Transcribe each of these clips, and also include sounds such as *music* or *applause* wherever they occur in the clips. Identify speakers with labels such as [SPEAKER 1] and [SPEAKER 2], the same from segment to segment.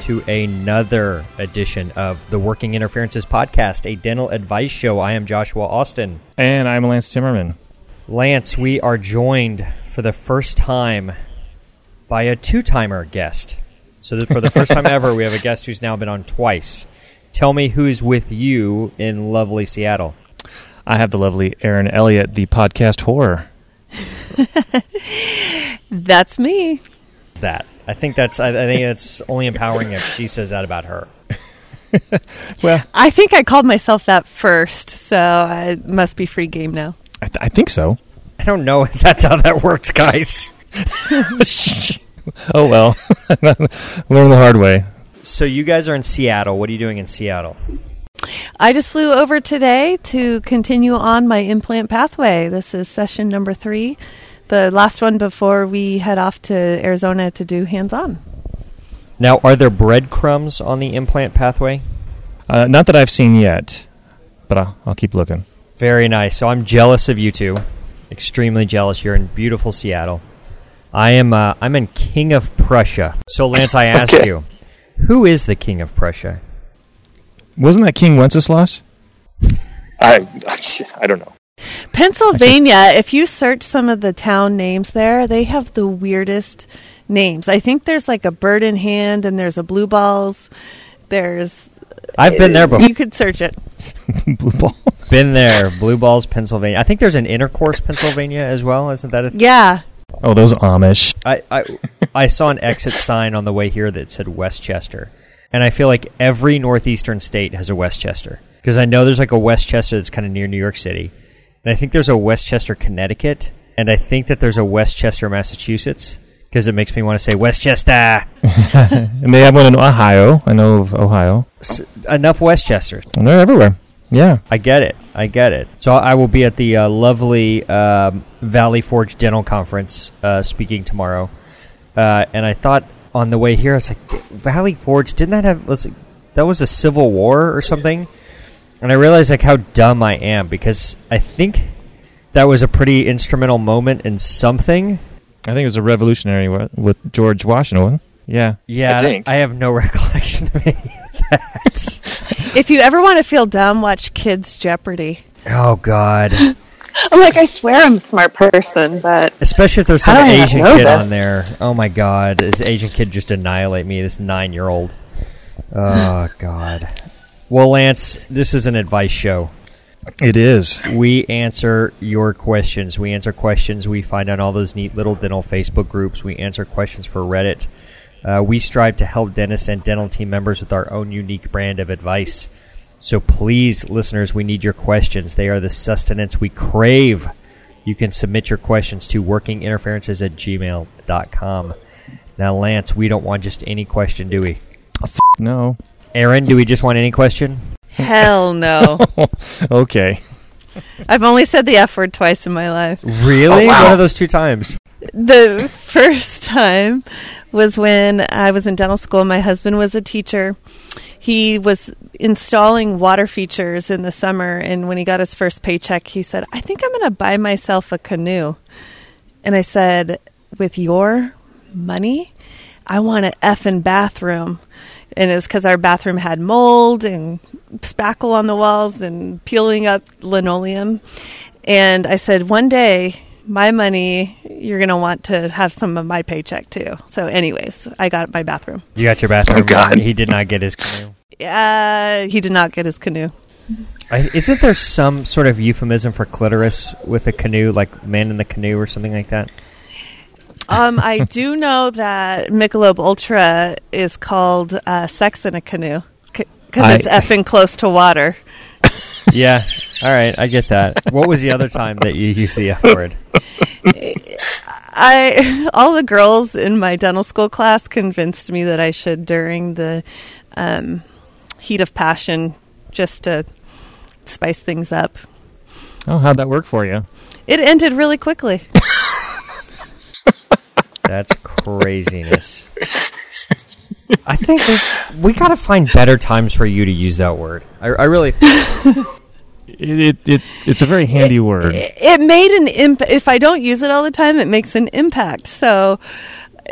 [SPEAKER 1] to another edition of the Working Interferences Podcast, a dental advice show. I am Joshua Austin.
[SPEAKER 2] And I'm Lance Timmerman.
[SPEAKER 1] Lance, we are joined for the first time by a two timer guest. So, that for the first time ever, we have a guest who's now been on twice. Tell me who's with you in lovely Seattle.
[SPEAKER 2] I have the lovely Aaron Elliott, the podcast horror.
[SPEAKER 3] That's me.
[SPEAKER 1] It's that. I think that's. I, I think it's only empowering if she says that about her.
[SPEAKER 3] I think I called myself that first, so I must be free game now.
[SPEAKER 2] I, th- I think so.
[SPEAKER 1] I don't know if that's how that works, guys.
[SPEAKER 2] Oh, well. *laughs* Learn the hard way.
[SPEAKER 1] So you guys are in Seattle. What are you doing in Seattle?
[SPEAKER 3] I just flew over today to continue on my implant pathway. This is session number three, the last one before we head off to Arizona to do hands on.
[SPEAKER 1] Now, are there breadcrumbs on the implant pathway?
[SPEAKER 2] Uh, not that I've seen yet, but I'll, I'll keep looking.
[SPEAKER 1] Very nice. So I'm jealous of you two. Extremely jealous. You're in beautiful Seattle. I am. Uh, I'm in King of Prussia. So Lance, I ask you, who is the King of Prussia?
[SPEAKER 2] Wasn't that King Wenceslas?
[SPEAKER 4] I, I, don't know.
[SPEAKER 1] *laughs*
[SPEAKER 3] Pennsylvania, if you search some of the town names there, they have the weirdest names. I think there's like a bird in hand and there's a blue balls. There's
[SPEAKER 1] I've been there before.
[SPEAKER 3] You could search it.
[SPEAKER 2] *laughs* Blue ball.
[SPEAKER 1] Been there. Blue Balls, Pennsylvania. I think there's an intercourse, Pennsylvania, as well. Isn't that a
[SPEAKER 3] Yeah.
[SPEAKER 2] Oh, those Amish.
[SPEAKER 1] I, I, I saw an exit sign on the way here that said Westchester. And I feel like every northeastern state has a Westchester. Because I know there's like a Westchester that's kind of near New York City. And I think there's a Westchester, Connecticut. And I think that there's a Westchester, Massachusetts. Because it makes me want to say Westchester.
[SPEAKER 2] And they have one in Ohio. I know of Ohio.
[SPEAKER 1] S- enough Westchesters.
[SPEAKER 2] And they're everywhere. Yeah.
[SPEAKER 1] I get it. I get it. So I will be at the uh, lovely um, Valley Forge Dental Conference uh, speaking tomorrow. Uh, and I thought on the way here, I was like, Valley Forge, didn't that have, was it, that was a civil war or something? And I realized like how dumb I am because I think that was a pretty instrumental moment in something.
[SPEAKER 2] I think it was a revolutionary wa- with George Washington. Yeah.
[SPEAKER 1] Yeah,
[SPEAKER 4] I think.
[SPEAKER 1] I have no *laughs* recollection of any of that.
[SPEAKER 3] If you ever want to feel dumb, watch Kids Jeopardy.
[SPEAKER 1] *laughs* oh God!
[SPEAKER 5] I'm like, I swear I'm a smart person, but
[SPEAKER 1] Especially if there's some
[SPEAKER 5] How do I not
[SPEAKER 1] Asian
[SPEAKER 5] know
[SPEAKER 1] kid
[SPEAKER 5] this?
[SPEAKER 1] on there. Oh my god, this Asian kid just annihilate me, this nine year old. Oh god. Well, Lance, this is an advice show.
[SPEAKER 2] It is.
[SPEAKER 1] We answer your questions. We answer questions we find on all those neat little dental Facebook groups. We answer questions for Reddit. Uh, we strive to help dentists and dental team members with our own unique brand of advice. So please, listeners, we need your questions. They are the sustenance we crave. You can submit your questions to workinginterferences at gmail.com. Now, Lance, we don't want just any question, do we?
[SPEAKER 2] No.
[SPEAKER 1] Aaron, do we just want any question?
[SPEAKER 5] *laughs*
[SPEAKER 3] Hell no.
[SPEAKER 2] *laughs* Okay.
[SPEAKER 3] I've only said the F word twice in my life.
[SPEAKER 1] Really? One of those two times.
[SPEAKER 3] The first time was when I was in dental school. My husband was a teacher. He was installing water features in the summer, and when he got his first paycheck, he said, I think I'm going to buy myself a canoe. And I said, With your money? I want an effing bathroom. And it was because our bathroom had mold and spackle on the walls and peeling up linoleum. And I said, one day, my money, you're going to want to have some of my paycheck too. So, anyways, I got my bathroom.
[SPEAKER 1] You got your bathroom.
[SPEAKER 4] Oh, God.
[SPEAKER 1] He did not get his canoe.
[SPEAKER 3] Uh, he did not get his canoe.
[SPEAKER 1] I, isn't there some sort of euphemism for clitoris with a canoe, like man in the canoe or something like that?
[SPEAKER 3] Um, I do know that Michelob Ultra is called uh, Sex in a Canoe because
[SPEAKER 2] I-
[SPEAKER 3] it's effing close to water.
[SPEAKER 1] Yeah. All right, I get that. What was the other time that you used the F word?
[SPEAKER 3] I *laughs* all the girls in my dental school class convinced me that I should during the um, heat of passion just to spice things up.
[SPEAKER 2] Oh, how'd that work for you?
[SPEAKER 3] It ended really quickly.
[SPEAKER 1] That's craziness. I think we- we got to find better times for you to use that word. I, I really.
[SPEAKER 2] It, it, it it's a very handy word.
[SPEAKER 3] it made an impact. If I don't use it all the time, it makes an impact. So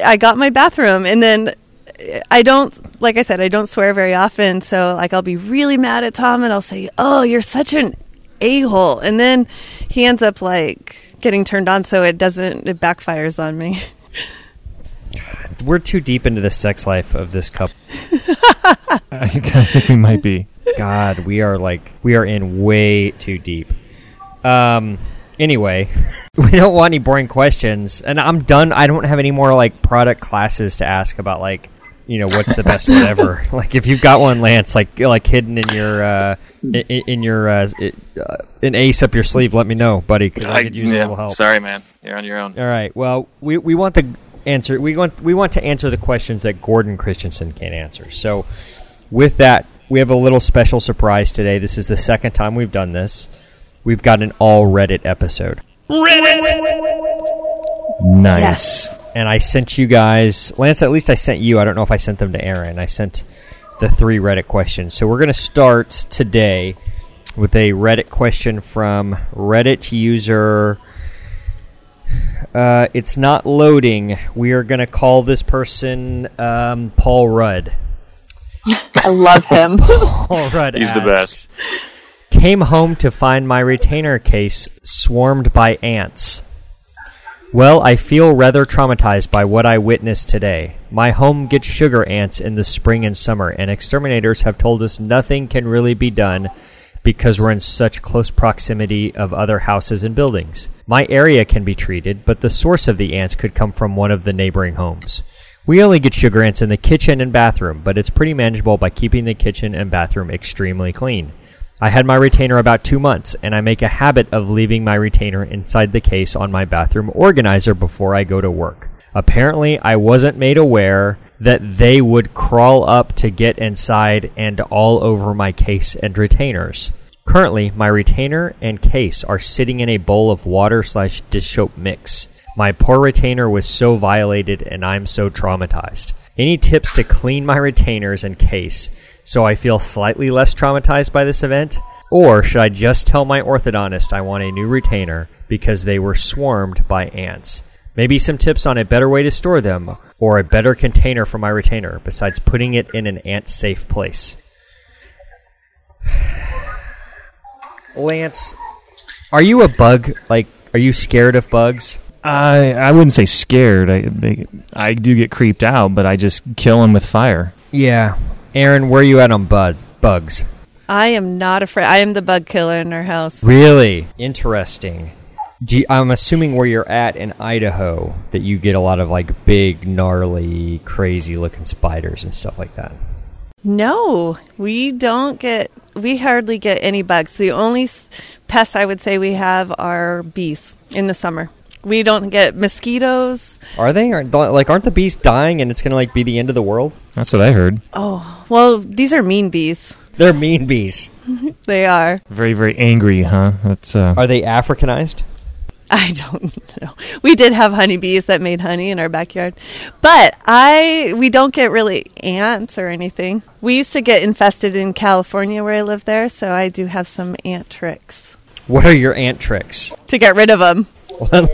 [SPEAKER 3] I got my bathroom, and then I don't, like I said, I don't swear very often. So like I'll be really mad at Tom, and I'll say, "Oh, you're such an a hole," and then he ends up like getting turned on, so it doesn't, it backfires on me. *laughs*
[SPEAKER 1] We're too deep into the sex life of this couple.
[SPEAKER 2] *laughs* I think we might be.
[SPEAKER 1] God, we are like we are in way too deep. Um. Anyway, *laughs* we don't want any boring questions, and I'm done. I don't have any more like product classes to ask about like you know what's the best whatever. *laughs* like if you've got one, Lance, like like hidden in your uh in, in your uh, it- uh, an ace up your sleeve, let me know, buddy, because I,
[SPEAKER 4] I-
[SPEAKER 1] could use a
[SPEAKER 4] yeah,
[SPEAKER 1] little help.
[SPEAKER 4] Sorry, man. You're on your own.
[SPEAKER 1] All right. Well, we, we want the answer. We want we want to answer the questions that Gordon Christensen can answer. So, with that, we have a little special surprise today. This is the second time we've done this. We've got an all Reddit episode,
[SPEAKER 2] Nice.
[SPEAKER 1] and I sent you guys, Lance. At least I sent you. I don't know if I sent them to Aaron. I sent the three Reddit questions. So we're going to start today with a Reddit question from Reddit user. Uh, it's not loading. We are going to call this person um, Paul Rudd.
[SPEAKER 5] I love him.
[SPEAKER 1] *laughs* Paul Rudd.
[SPEAKER 4] He's the
[SPEAKER 1] asks,
[SPEAKER 4] best.
[SPEAKER 1] Came home to find my retainer case swarmed by ants. Well, I feel rather traumatized by what I witnessed today. My home gets sugar ants in the spring and summer, and exterminators have told us nothing can really be done because we're in such close proximity of other houses and buildings. My area can be treated, but the source of the ants could come from one of the neighboring homes. We only get sugar ants in the kitchen and bathroom, but it's pretty manageable by keeping the kitchen and bathroom extremely clean. I had my retainer about two months, and I make a habit of leaving my retainer inside the case on my bathroom organizer before I go to work. Apparently, I wasn't made aware that they would crawl up to get inside and all over my case and retainers. Currently, my retainer and case are sitting in a bowl of water slash dish soap mix. My poor retainer was so violated, and I'm so traumatized. Any tips to clean my retainers and case so I feel slightly less traumatized by this event? Or should I just tell my orthodontist I want a new retainer because they were swarmed by ants? Maybe some tips on a better way to store them or a better container for my retainer besides putting it in an ant safe place. Lance, are you a bug? Like, are you scared of bugs?
[SPEAKER 2] I I wouldn't say scared. I they, I do get creeped out, but I just kill him with fire.
[SPEAKER 1] Yeah. Aaron, where are you at on bud bugs?
[SPEAKER 3] I am not afraid. I am the bug killer in our house.
[SPEAKER 1] Really interesting. Do you- I'm assuming where you're at in Idaho that you get a lot of like big, gnarly, crazy-looking spiders and stuff like that.
[SPEAKER 3] No, we don't get. We hardly get any bugs. The only s- pests I would say we have are bees in the summer. We don't get mosquitoes.
[SPEAKER 1] Are they? Aren't, like, aren't the bees dying and it's gonna like be the end of the world?
[SPEAKER 2] That's what I heard.
[SPEAKER 3] Oh, well, these are mean bees.
[SPEAKER 1] They're mean bees.
[SPEAKER 3] They are. *laughs*
[SPEAKER 2] Very very angry, huh? That's uh,
[SPEAKER 1] Are they Africanized?
[SPEAKER 3] I don't know. We did have honeybees that made honey in our backyard. But I we don't get really ants or anything. We used to get infested in California where I live there, so I do have some ant tricks
[SPEAKER 1] What are your ant tricks?
[SPEAKER 3] to get rid of them.
[SPEAKER 1] *laughs*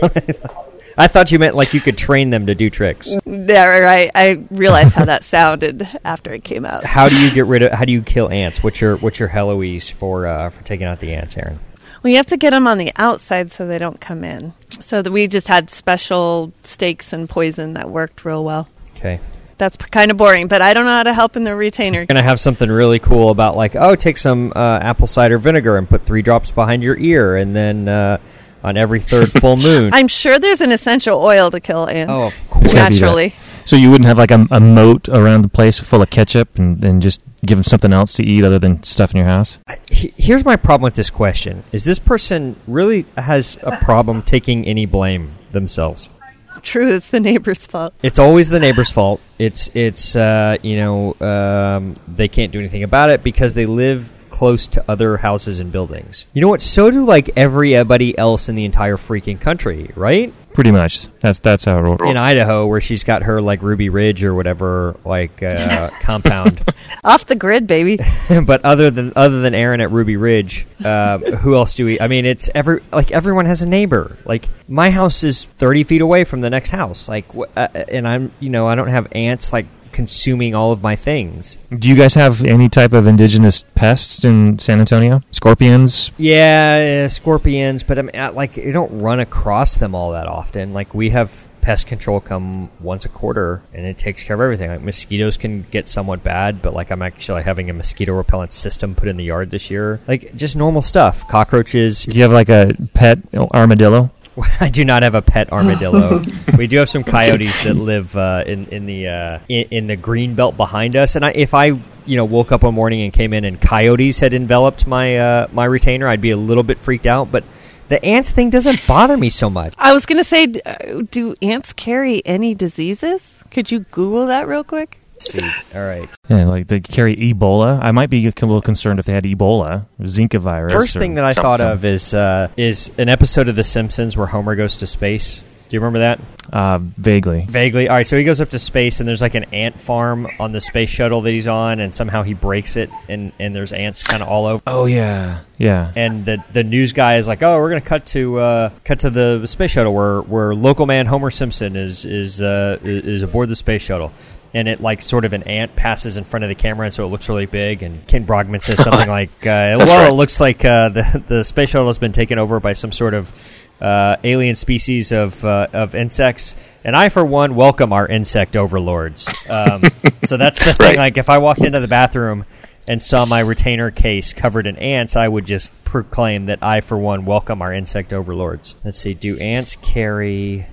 [SPEAKER 1] I thought you meant like you could train them to do tricks.
[SPEAKER 3] Yeah, right. I realized how that sounded after it came out.
[SPEAKER 1] How do you get rid of? How do you kill ants? What's your what's your Heloise for uh, for taking out the ants, Aaron?
[SPEAKER 3] Well, you have to get them on the outside so they don't come in. So that we just had special stakes and poison that worked real well.
[SPEAKER 1] Okay.
[SPEAKER 3] That's kind of boring, but I don't know how to help in the retainer.
[SPEAKER 1] gonna have something really cool about like oh take some uh, apple cider vinegar and put three drops behind your ear and then uh, on every *laughs* third full moon
[SPEAKER 3] I'm sure there's an essential oil to kill ants.
[SPEAKER 1] Oh, of course.
[SPEAKER 2] It's gotta be that.
[SPEAKER 3] naturally.
[SPEAKER 2] So you wouldn't have like a, a moat around the place full of ketchup and then just give them something else to eat other than stuff in your house?
[SPEAKER 1] He- here's my problem with this question is this person really has a problem taking any blame themselves
[SPEAKER 3] *laughs* true. It's the neighbor's fault.
[SPEAKER 1] It's always the neighbor's fault. It's it's uh, you know um, they can't do anything about it because they live close to other houses and buildings. You know what? So do like everybody else in the entire freaking country, right?
[SPEAKER 2] Pretty much. That's that's how it rolls.
[SPEAKER 1] In Idaho, where she's got her like Ruby Ridge or whatever like uh, compound.
[SPEAKER 3] Off the grid, baby.
[SPEAKER 1] *laughs* but other than other than Aaron at Ruby Ridge, uh, who else do we? I mean, it's every like everyone has a neighbor. Like my house is thirty feet away from the next house. Like, wh- uh, and I'm you know I don't have ants like consuming all of my things.
[SPEAKER 2] Do you guys have any type of indigenous pests in San Antonio? Scorpions?
[SPEAKER 1] Yeah, uh, scorpions, but I mean, uh, like you don't run across them all that often. Like we have pest control come once a quarter, and it takes care of everything. Like mosquitoes can get somewhat bad, but like I'm actually having a mosquito repellent system put in the yard this year. Like just normal stuff, cockroaches.
[SPEAKER 2] Do you have like a pet armadillo?
[SPEAKER 1] *laughs* I do not have a pet armadillo. we do have some coyotes that live uh, in in the uh, in, in the green belt behind us. And I, if I you know woke up one morning and came in and coyotes had enveloped my uh, my retainer, I'd be a little bit freaked out. But the ants thing doesn't bother me so much.
[SPEAKER 3] I was gonna say, d- uh, do ants carry any diseases? Could you Google that real quick?
[SPEAKER 1] Let's see, all right.
[SPEAKER 2] Yeah, like they carry Ebola. I might be a little concerned if they had Ebola, Zika virus.
[SPEAKER 1] First
[SPEAKER 2] or
[SPEAKER 1] thing that I
[SPEAKER 2] something.
[SPEAKER 1] thought of is uh, is an episode of The Simpsons where Homer goes to space. Do you remember that?
[SPEAKER 2] Uh, vaguely.
[SPEAKER 1] Vaguely. All right, so he goes up to space, and there's like an ant farm on the space shuttle that he's on, and somehow he breaks it, and, and there's ants kind of all over.
[SPEAKER 2] Oh yeah, yeah.
[SPEAKER 1] *laughs* And the the news guy is like, "Oh, we're gonna cut to uh, cut to the space shuttle where where local man Homer Simpson is is uh, is aboard the space shuttle." And it like sort of an ant passes in front of the camera, and so it looks really big. And Ken Brogman says
[SPEAKER 4] *laughs*
[SPEAKER 1] something like, uh, "Well,
[SPEAKER 4] right.
[SPEAKER 1] it looks like uh, the the space shuttle has been taken over by some sort of uh, alien species of uh, of insects." And I, for one, welcome our insect overlords. Um, so that's the thing.
[SPEAKER 4] Right.
[SPEAKER 1] Like, if I walked into the bathroom and saw my retainer case covered in ants, I would just proclaim that I, for one, welcome our insect overlords. Let's see, do ants carry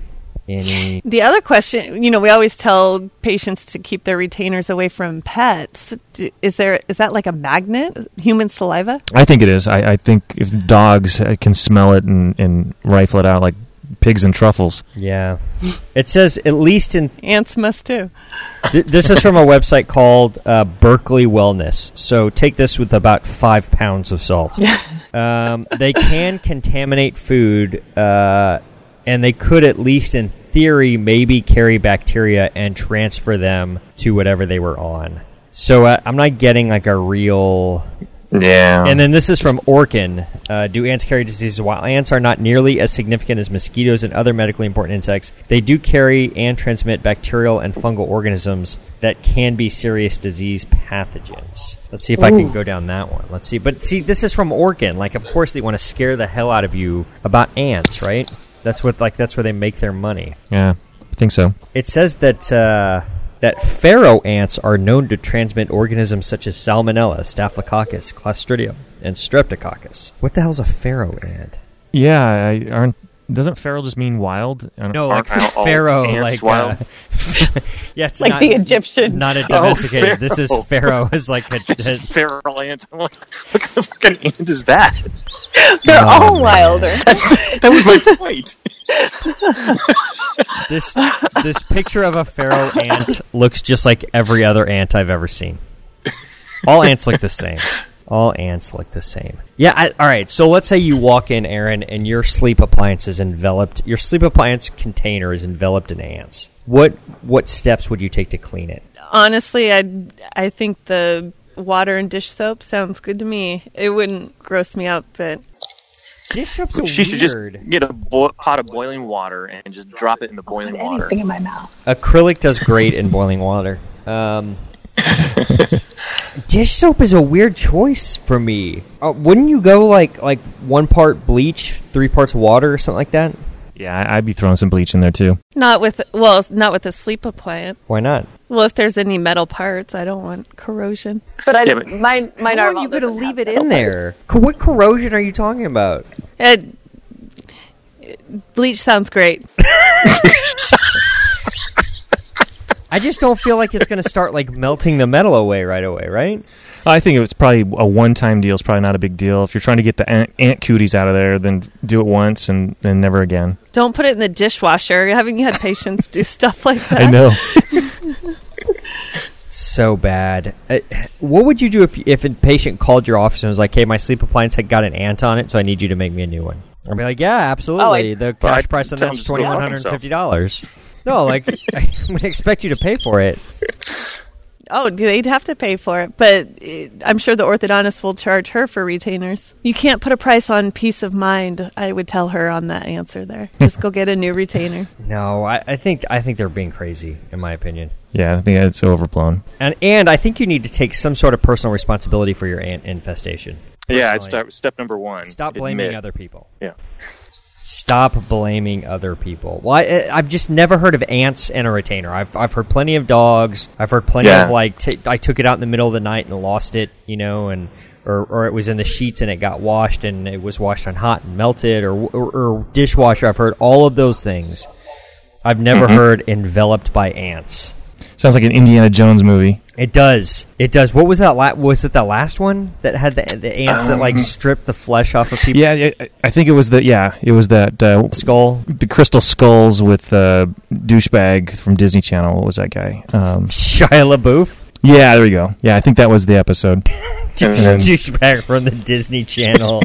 [SPEAKER 1] any?
[SPEAKER 3] The other question, you know, we always tell patients to keep their retainers away from pets. Do, is there is that like a magnet? Human saliva?
[SPEAKER 2] I think it is. I, I think if dogs uh, can smell it and, and rifle it out like pigs and truffles.
[SPEAKER 1] Yeah, it says at least in.
[SPEAKER 3] Ants must too.
[SPEAKER 1] Th- this is from a website called uh, Berkeley Wellness. So take this with about five pounds of salt. um, they can contaminate food, uh, and they could, at least in theory, maybe carry bacteria and transfer them to whatever they were on. So uh, I'm not getting like a real.
[SPEAKER 4] Yeah.
[SPEAKER 1] And then this is from Orkin. Uh, do ants carry diseases? While ants are not nearly as significant as mosquitoes and other medically important insects, they do carry and transmit bacterial and fungal organisms that can be serious disease pathogens. Let's see if I can go down that one. Let's see. But see, this is from Orkin. Like, of course, they want to scare the hell out of you about ants, right? That's what like that's where they make their money.
[SPEAKER 2] Yeah, I think so.
[SPEAKER 1] It says that uh, that pharaoh ants are known to transmit organisms such as salmonella, staphylococcus, clostridium, and streptococcus. What the hell's a pharaoh ant?
[SPEAKER 2] Yeah, I aren't. Doesn't feral just mean wild? I don't-
[SPEAKER 1] No, like
[SPEAKER 4] Aren't all
[SPEAKER 1] pharaoh,
[SPEAKER 4] ants
[SPEAKER 1] like
[SPEAKER 4] wild?
[SPEAKER 1] uh, *laughs* yeah, it's
[SPEAKER 5] Like
[SPEAKER 1] not,
[SPEAKER 5] the Egyptian.
[SPEAKER 1] not a
[SPEAKER 4] Oh,
[SPEAKER 1] domesticated. this is
[SPEAKER 4] pharaoh.
[SPEAKER 1] pharaoh is like
[SPEAKER 4] *laughs*
[SPEAKER 1] a, a
[SPEAKER 4] Feral ants. I'm like, what kind of fucking ant is that?
[SPEAKER 5] They're
[SPEAKER 1] Oh,
[SPEAKER 5] all
[SPEAKER 1] man.
[SPEAKER 5] wilder.
[SPEAKER 4] *laughs* That's, that was my point.
[SPEAKER 1] this this picture of a pharaoh ant looks just like every other ant I've ever seen. All ants look the same. All ants look the same. Yeah. I, all right. So let's say you walk in, Aaron, and your sleep appliance is enveloped. Your sleep appliance container is enveloped in ants. What what steps would you take to clean it?
[SPEAKER 3] Honestly, I I think the water and dish soap sounds good to me. It wouldn't gross me out, but
[SPEAKER 1] Dish soap's a
[SPEAKER 4] She should just
[SPEAKER 1] weird.
[SPEAKER 4] get a bo- pot of boiling water and just drop it in the boiling water.
[SPEAKER 5] Anything in my mouth.
[SPEAKER 1] Acrylic does great in boiling water. Um, dish soap is a weird choice for me. Uh, wouldn't you go like like one part bleach, three parts water, or something like that?
[SPEAKER 2] Yeah, I, I'd be throwing some bleach in there too.
[SPEAKER 3] not with well, not with a sleep appliance.
[SPEAKER 1] Why not?
[SPEAKER 3] Well, if there's any metal parts, I don't want corrosion.
[SPEAKER 5] But I,
[SPEAKER 4] Yeah, but-
[SPEAKER 5] mine, mine are.
[SPEAKER 1] How are you going to leave it in there? Co- What corrosion are you talking about?
[SPEAKER 3] It, bleach sounds great.
[SPEAKER 1] I just don't feel like it's going to start like melting the metal away right away, right?
[SPEAKER 2] I think it's probably a one-time deal. It's probably not a big deal. If you're trying to get the ant, ant cooties out of there, then do it once and then never again.
[SPEAKER 3] Don't put it in the dishwasher. Haven't you had patients do *laughs* stuff like
[SPEAKER 2] *laughs*
[SPEAKER 3] that?
[SPEAKER 2] I know.
[SPEAKER 1] so bad. Uh, What would you do if if a patient called your office and was like, "Hey, my sleep appliance had got an ant on it, so I need you to make me a new one"? I'd be like, "Yeah, absolutely. the cash
[SPEAKER 4] I'd
[SPEAKER 1] price on
[SPEAKER 4] tell
[SPEAKER 1] that's
[SPEAKER 4] him
[SPEAKER 1] twenty
[SPEAKER 4] to go fuck
[SPEAKER 1] one hundred and fifty dollars." No, like *laughs* I'm gonna expect you to pay for it.
[SPEAKER 3] Oh, they'd have to pay for it, but it, I'm sure the orthodontist will charge her for retainers. You can't put a price on peace of mind. I would tell her on that
[SPEAKER 2] *laughs*
[SPEAKER 3] answer there. Just go get a new retainer.
[SPEAKER 1] No, I, I think I think they're being crazy, in my opinion.
[SPEAKER 2] yeah, I think it's overblown.
[SPEAKER 1] And and I think you need to take some sort of personal responsibility for your ant infestation.
[SPEAKER 4] Yeah, I'd
[SPEAKER 1] Personally.
[SPEAKER 4] start with step number one.
[SPEAKER 1] Stop blaming
[SPEAKER 4] Admit.
[SPEAKER 1] other people.
[SPEAKER 4] Yeah.
[SPEAKER 1] Stop blaming other people. Well, I, I've just never heard of ants and a retainer. I've, I've heard plenty of dogs. I've heard plenty
[SPEAKER 4] Yeah.
[SPEAKER 1] of like t- I took it out in the middle of the night and lost it, you know, and or or it was in the sheets and it got washed and it was washed on hot and melted or or, or dishwasher. I've heard all of those things. I've never heard enveloped by ants.
[SPEAKER 2] Sounds like an Indiana Jones movie.
[SPEAKER 1] It does. It does. What was that? La- was it the last one that had the, the ants that like stripped the flesh off of people's
[SPEAKER 2] Yeah, yeah, I- I think it was the yeah, it was that uh,
[SPEAKER 1] skull?
[SPEAKER 2] the crystal skulls with uh, douchebag from Disney Channel. What was that guy? Um,
[SPEAKER 1] Shia LaBeouf.
[SPEAKER 2] yeah, there we go. Yeah, I think that was the episode. then-
[SPEAKER 1] douchebag from the Disney Channel.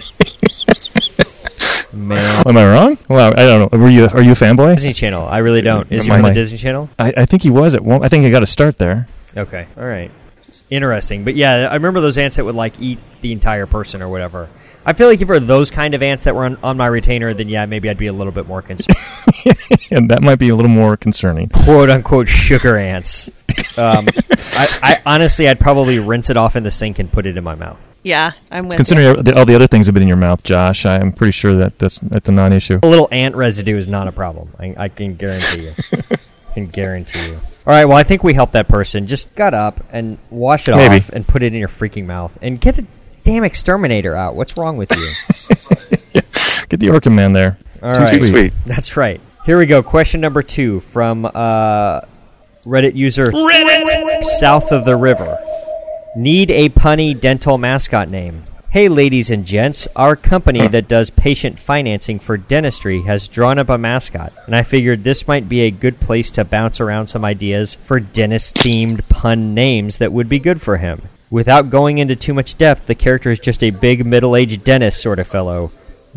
[SPEAKER 1] Man,
[SPEAKER 2] *laughs* Am I wrong? Well, I don't know. Were you? Are you a fanboy?
[SPEAKER 1] Disney Channel. I really don't. Is he
[SPEAKER 2] Am I
[SPEAKER 1] on the
[SPEAKER 2] like-
[SPEAKER 1] Disney Channel?
[SPEAKER 2] I, I think he was at one. I think I got to start there.
[SPEAKER 1] Okay, all right. Interesting, but yeah, I remember those ants that would like eat the entire person or whatever. I feel like if it were those kind of ants that were on, on my retainer, then yeah, maybe I'd be a little bit more concerned.
[SPEAKER 2] and that might be a little more concerning.
[SPEAKER 1] quote unquote sugar ants. Um, I, I honestly, I'd probably rinse it off in the sink and put it in my mouth.
[SPEAKER 3] Yeah, I'm with you.
[SPEAKER 2] Considering all the other things have been in your mouth, Josh, I'm pretty sure that that's, that's a non-issue.
[SPEAKER 1] A little ant residue is not a problem. I, I can guarantee you.
[SPEAKER 2] *laughs*
[SPEAKER 1] I can guarantee you. All right. Well, I think we helped that person. Just gut up and wash it
[SPEAKER 2] Maybe.
[SPEAKER 1] off and put it in your freaking mouth and get a damn exterminator out. What's wrong with
[SPEAKER 2] *laughs*
[SPEAKER 1] you?
[SPEAKER 2] Get the Orca man there. *laughs*
[SPEAKER 1] All
[SPEAKER 2] Too
[SPEAKER 1] right.
[SPEAKER 2] sweet.
[SPEAKER 1] That's right. Here we go. Question number two from uh, Reddit user South of the River. Need a punny dental mascot name. Hey, ladies and gents, our company that does patient financing for dentistry has drawn up a mascot, and I figured this might be a good place to bounce around some ideas for dentist themed pun names that would be good for him. Without going into too much depth, the character is just a big middle aged dentist sort of fellow.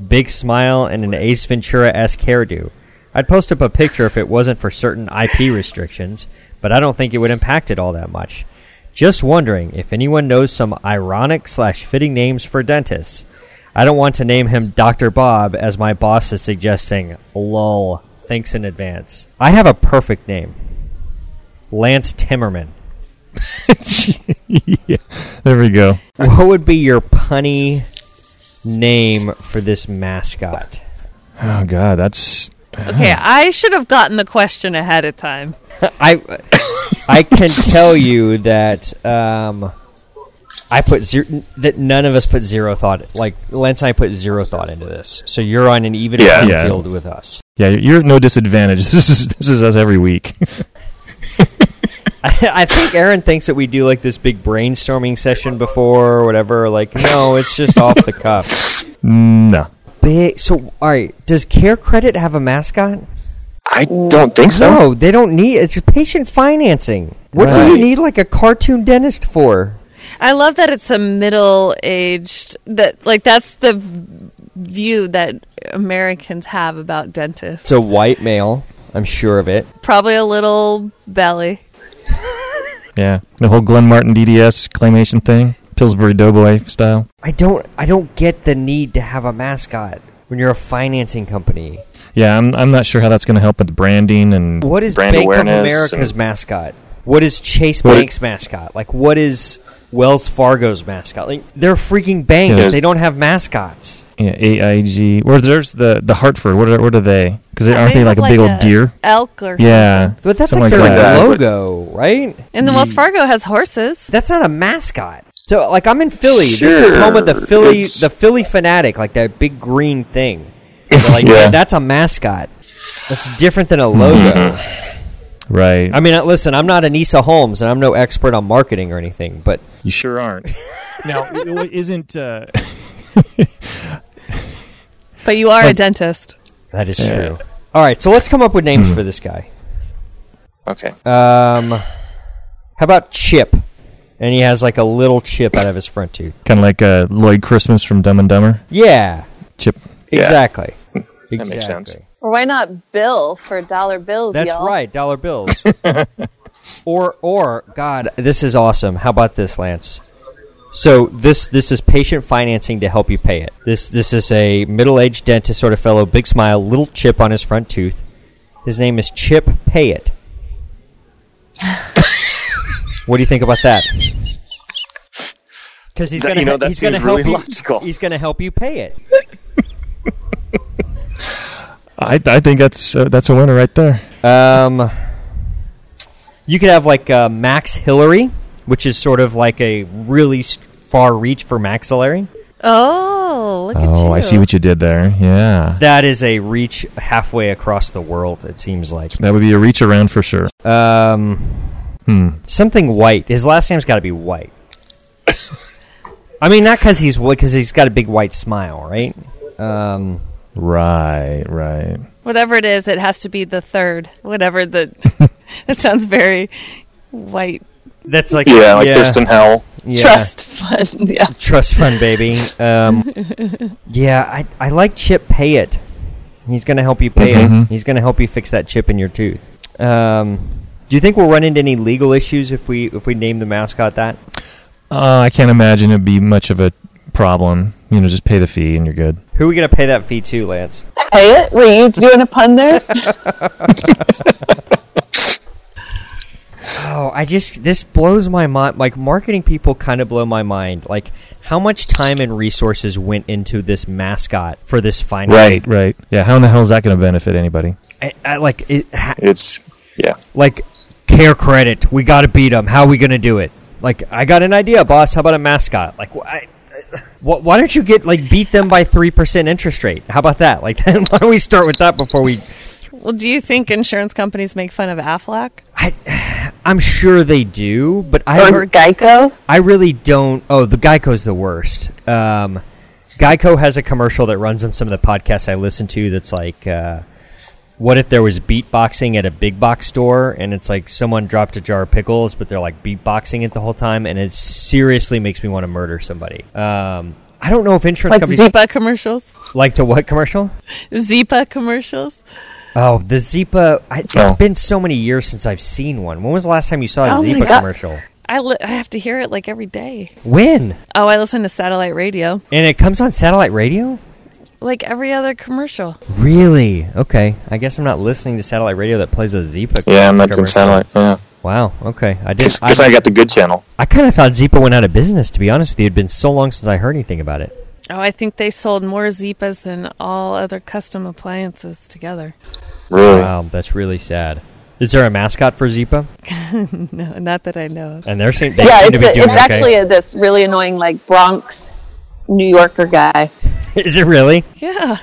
[SPEAKER 1] Big smile and an Ace Ventura esque hairdo. I'd post up a picture if it wasn't for certain IP restrictions, but I don't think it would impact it all that much. Just wondering if anyone knows some ironic slash fitting names for dentists. I don't want to name him Dr. Bob as my boss is suggesting. Lol. Thanks in advance. I have a perfect name. Lance Timmerman.
[SPEAKER 2] yeah. There we go.
[SPEAKER 1] What would be your punny name for this mascot?
[SPEAKER 2] Oh God, that's
[SPEAKER 3] Okay,
[SPEAKER 2] Uh-huh.
[SPEAKER 3] I should have gotten the question ahead of time.
[SPEAKER 1] I I can tell you that um, I put zero, that none of us put zero thought like Lance and I put zero thought into this. So you're on an even
[SPEAKER 4] Yeah.
[SPEAKER 1] playing
[SPEAKER 2] Yeah.
[SPEAKER 1] field with us. *laughs*
[SPEAKER 2] yeah. You're at no disadvantage. *laughs* This is this is us every week. *laughs*
[SPEAKER 1] I, I think Aaron thinks that we do like this big brainstorming session before or whatever. Like no, it's just off the cuff.
[SPEAKER 2] Mm, no,
[SPEAKER 1] Big. So all right, does Care Credit have a mascot?
[SPEAKER 4] I don't think so.
[SPEAKER 1] No, they don't need. It's patient financing. What do you
[SPEAKER 2] Right.
[SPEAKER 1] need like a cartoon dentist for?
[SPEAKER 3] I love that it's a middle aged that like that's the v- view that Americans have about dentists.
[SPEAKER 1] It's a white male. I'm sure of it.
[SPEAKER 3] Probably a little belly.
[SPEAKER 2] yeah. The whole Glenn Martin DDS claymation thing, Pillsbury Doughboy style.
[SPEAKER 1] I don't I don't get the need to have a mascot when you're a financing company.
[SPEAKER 2] Yeah, I'm I'm not sure how that's going to help with branding and
[SPEAKER 1] What is
[SPEAKER 4] Brand
[SPEAKER 1] Bank of
[SPEAKER 4] awareness
[SPEAKER 1] America's
[SPEAKER 4] and-
[SPEAKER 1] mascot? What is Chase
[SPEAKER 2] What-
[SPEAKER 1] Bank's mascot? Like what is Wells Fargo's mascot? Like they're freaking banks.
[SPEAKER 2] Yes.
[SPEAKER 1] They don't have mascots.
[SPEAKER 2] yeah, AIG. Where there's the the Hartford. What are what are they? Because aren't they like
[SPEAKER 3] Might
[SPEAKER 2] a
[SPEAKER 3] have,
[SPEAKER 2] big old deer?
[SPEAKER 3] Elk or
[SPEAKER 2] Yeah,
[SPEAKER 1] But that's
[SPEAKER 2] something
[SPEAKER 1] like their
[SPEAKER 4] that.
[SPEAKER 1] logo, right?
[SPEAKER 3] And the Wells Fargo has horses.
[SPEAKER 1] That's not a mascot. So like I'm in Philly. This is
[SPEAKER 4] Sure,
[SPEAKER 1] home of the Philly
[SPEAKER 4] it's-
[SPEAKER 1] the Philly fanatic, like that big green
[SPEAKER 4] *laughs*
[SPEAKER 1] thing. Like
[SPEAKER 4] Yeah. Mm-hmm.
[SPEAKER 1] that's a mascot. That's different than a logo.
[SPEAKER 2] Right.
[SPEAKER 1] I mean, uh, listen, I'm not Anissa Holmes, and I'm no expert on marketing or anything, but
[SPEAKER 2] you sure aren't. now, it isn't. *laughs* Uh,
[SPEAKER 3] But you are a dentist.
[SPEAKER 1] that is
[SPEAKER 2] Yeah.
[SPEAKER 1] true. All right, so let's come up with
[SPEAKER 4] Hmm.
[SPEAKER 1] names for this guy.
[SPEAKER 4] Okay.
[SPEAKER 1] Um, how about Chip? And he has like a little chip out of his front tooth.
[SPEAKER 2] kind of like uh, Lloyd Christmas from Dumb and Dumber.
[SPEAKER 1] Yeah,
[SPEAKER 2] Chip.
[SPEAKER 1] exactly.
[SPEAKER 4] *laughs* That makes sense.
[SPEAKER 1] Exactly.
[SPEAKER 5] Or why not Bill for dollar bills,
[SPEAKER 1] That's
[SPEAKER 5] y'all?
[SPEAKER 1] right, dollar bills.
[SPEAKER 4] *laughs*
[SPEAKER 1] or or God, this is awesome. How about this, Lance? So this this is patient financing to help you pay it. This this is a middle aged dentist sort of fellow, big smile, little chip on his front tooth. His name is Chip
[SPEAKER 5] *laughs*
[SPEAKER 1] Pay It. what do you think about
[SPEAKER 4] *laughs*
[SPEAKER 1] that? Because he's
[SPEAKER 4] That-
[SPEAKER 1] gonna
[SPEAKER 4] you know,
[SPEAKER 1] he-
[SPEAKER 4] that
[SPEAKER 1] he's gonna
[SPEAKER 4] seems
[SPEAKER 1] help
[SPEAKER 4] really
[SPEAKER 1] you,
[SPEAKER 4] logical.
[SPEAKER 1] He's gonna help you pay it.
[SPEAKER 2] I, I think that's uh, that's a winner right there.
[SPEAKER 1] Um, you could have like uh, Max Hillary, which is sort of like a really s far reach for maxillary.
[SPEAKER 3] Oh, look at you.
[SPEAKER 2] Oh, I see what you did there. Yeah.
[SPEAKER 1] That is a reach halfway across the world. It seems like
[SPEAKER 2] That would be a reach around for sure.
[SPEAKER 1] um,
[SPEAKER 2] Hmm.
[SPEAKER 1] something white. His last name's got to be White. I mean, not because he's because he's got a big white smile, right? Um,
[SPEAKER 2] Right, right.
[SPEAKER 3] Whatever it is, it has to be the third. Whatever the.
[SPEAKER 2] *laughs*
[SPEAKER 3] that sounds very white.
[SPEAKER 1] that's like
[SPEAKER 4] *laughs* Yeah, like
[SPEAKER 1] yeah,
[SPEAKER 4] Thurston Howell.
[SPEAKER 1] yeah.
[SPEAKER 3] *laughs*
[SPEAKER 5] Trust fund. Yeah.
[SPEAKER 1] Trust fund, baby. Um, yeah, I, I like Chip Pay It. He's going to help you pay
[SPEAKER 2] Mhm.
[SPEAKER 1] it. He's going to help you fix that chip in your tooth. Um, do you think we'll run into any legal issues if we if we name the mascot that?
[SPEAKER 2] Uh, I can't imagine it'd be much of a problem. You know, just pay the fee and you're good.
[SPEAKER 1] Who are we going to pay that fee to, Lance?
[SPEAKER 5] Pay it? Were you doing a pun there?
[SPEAKER 1] *laughs* Oh, I just this blows my mind. Like marketing people kind of blow my mind. Like how much time and resources went into this mascot for this final?
[SPEAKER 2] right. Yeah, how in the hell is that going to benefit anybody?
[SPEAKER 1] I, I, like it, ha-
[SPEAKER 4] It's yeah.
[SPEAKER 1] like care credit. We got to beat them. How are we going to do it? Like I got an idea, boss. How about a mascot? Like wh- I, wh- why don't you get like beat them by three percent interest rate? How about that? Like *laughs* why don't we start with that before we?
[SPEAKER 3] Well, do you think insurance companies make fun of Aflac?
[SPEAKER 1] I'm sure they do, but I
[SPEAKER 5] or Geico?
[SPEAKER 1] I really don't. Oh, the Geico's the worst. Um, Geico has a commercial that runs on some of the podcasts I listen to. That's like, uh, what if there was beatboxing at a big box store, and it's like someone dropped a jar of pickles, but they're like beatboxing it the whole time, and it seriously makes me want to murder somebody. Um, I don't know if insurance
[SPEAKER 5] Like
[SPEAKER 1] companies
[SPEAKER 3] Zipa commercials?
[SPEAKER 1] like the what commercial.
[SPEAKER 3] Zipa commercials?
[SPEAKER 1] Oh, the Zipa. I, it's
[SPEAKER 4] Oh.
[SPEAKER 1] been so many years since I've seen one. When was the last time you saw a
[SPEAKER 5] Oh my
[SPEAKER 1] Zipa
[SPEAKER 5] God.
[SPEAKER 1] commercial?
[SPEAKER 3] I, li- I have to hear it like every day.
[SPEAKER 1] When?
[SPEAKER 3] Oh, I listen to satellite radio
[SPEAKER 1] And it comes on satellite radio.
[SPEAKER 3] like every other commercial.
[SPEAKER 1] Really? Okay. I guess I'm not listening to satellite radio that plays a Zipa.
[SPEAKER 4] Yeah, I'm not
[SPEAKER 1] commercial.
[SPEAKER 4] doing satellite. Yeah,
[SPEAKER 1] Wow. Okay. I did.
[SPEAKER 4] because
[SPEAKER 1] I,
[SPEAKER 4] I, got the good channel.
[SPEAKER 1] I kind of thought Zipa went out of business. To be honest with you, it'd been so long since I heard anything about it.
[SPEAKER 3] Oh, I think they sold more Zipas than all other custom appliances together. *laughs*
[SPEAKER 4] Really?
[SPEAKER 1] Wow, that's really sad. Is there a mascot for Zipa?
[SPEAKER 3] No, not that I know of.
[SPEAKER 1] And they're seem, they
[SPEAKER 5] yeah,
[SPEAKER 1] seem
[SPEAKER 5] it's,
[SPEAKER 1] to be
[SPEAKER 5] a,
[SPEAKER 1] doing
[SPEAKER 5] it's
[SPEAKER 1] okay.
[SPEAKER 5] actually a, this really annoying, like, Bronx New Yorker guy.
[SPEAKER 1] *laughs* Is it really?
[SPEAKER 3] Yeah.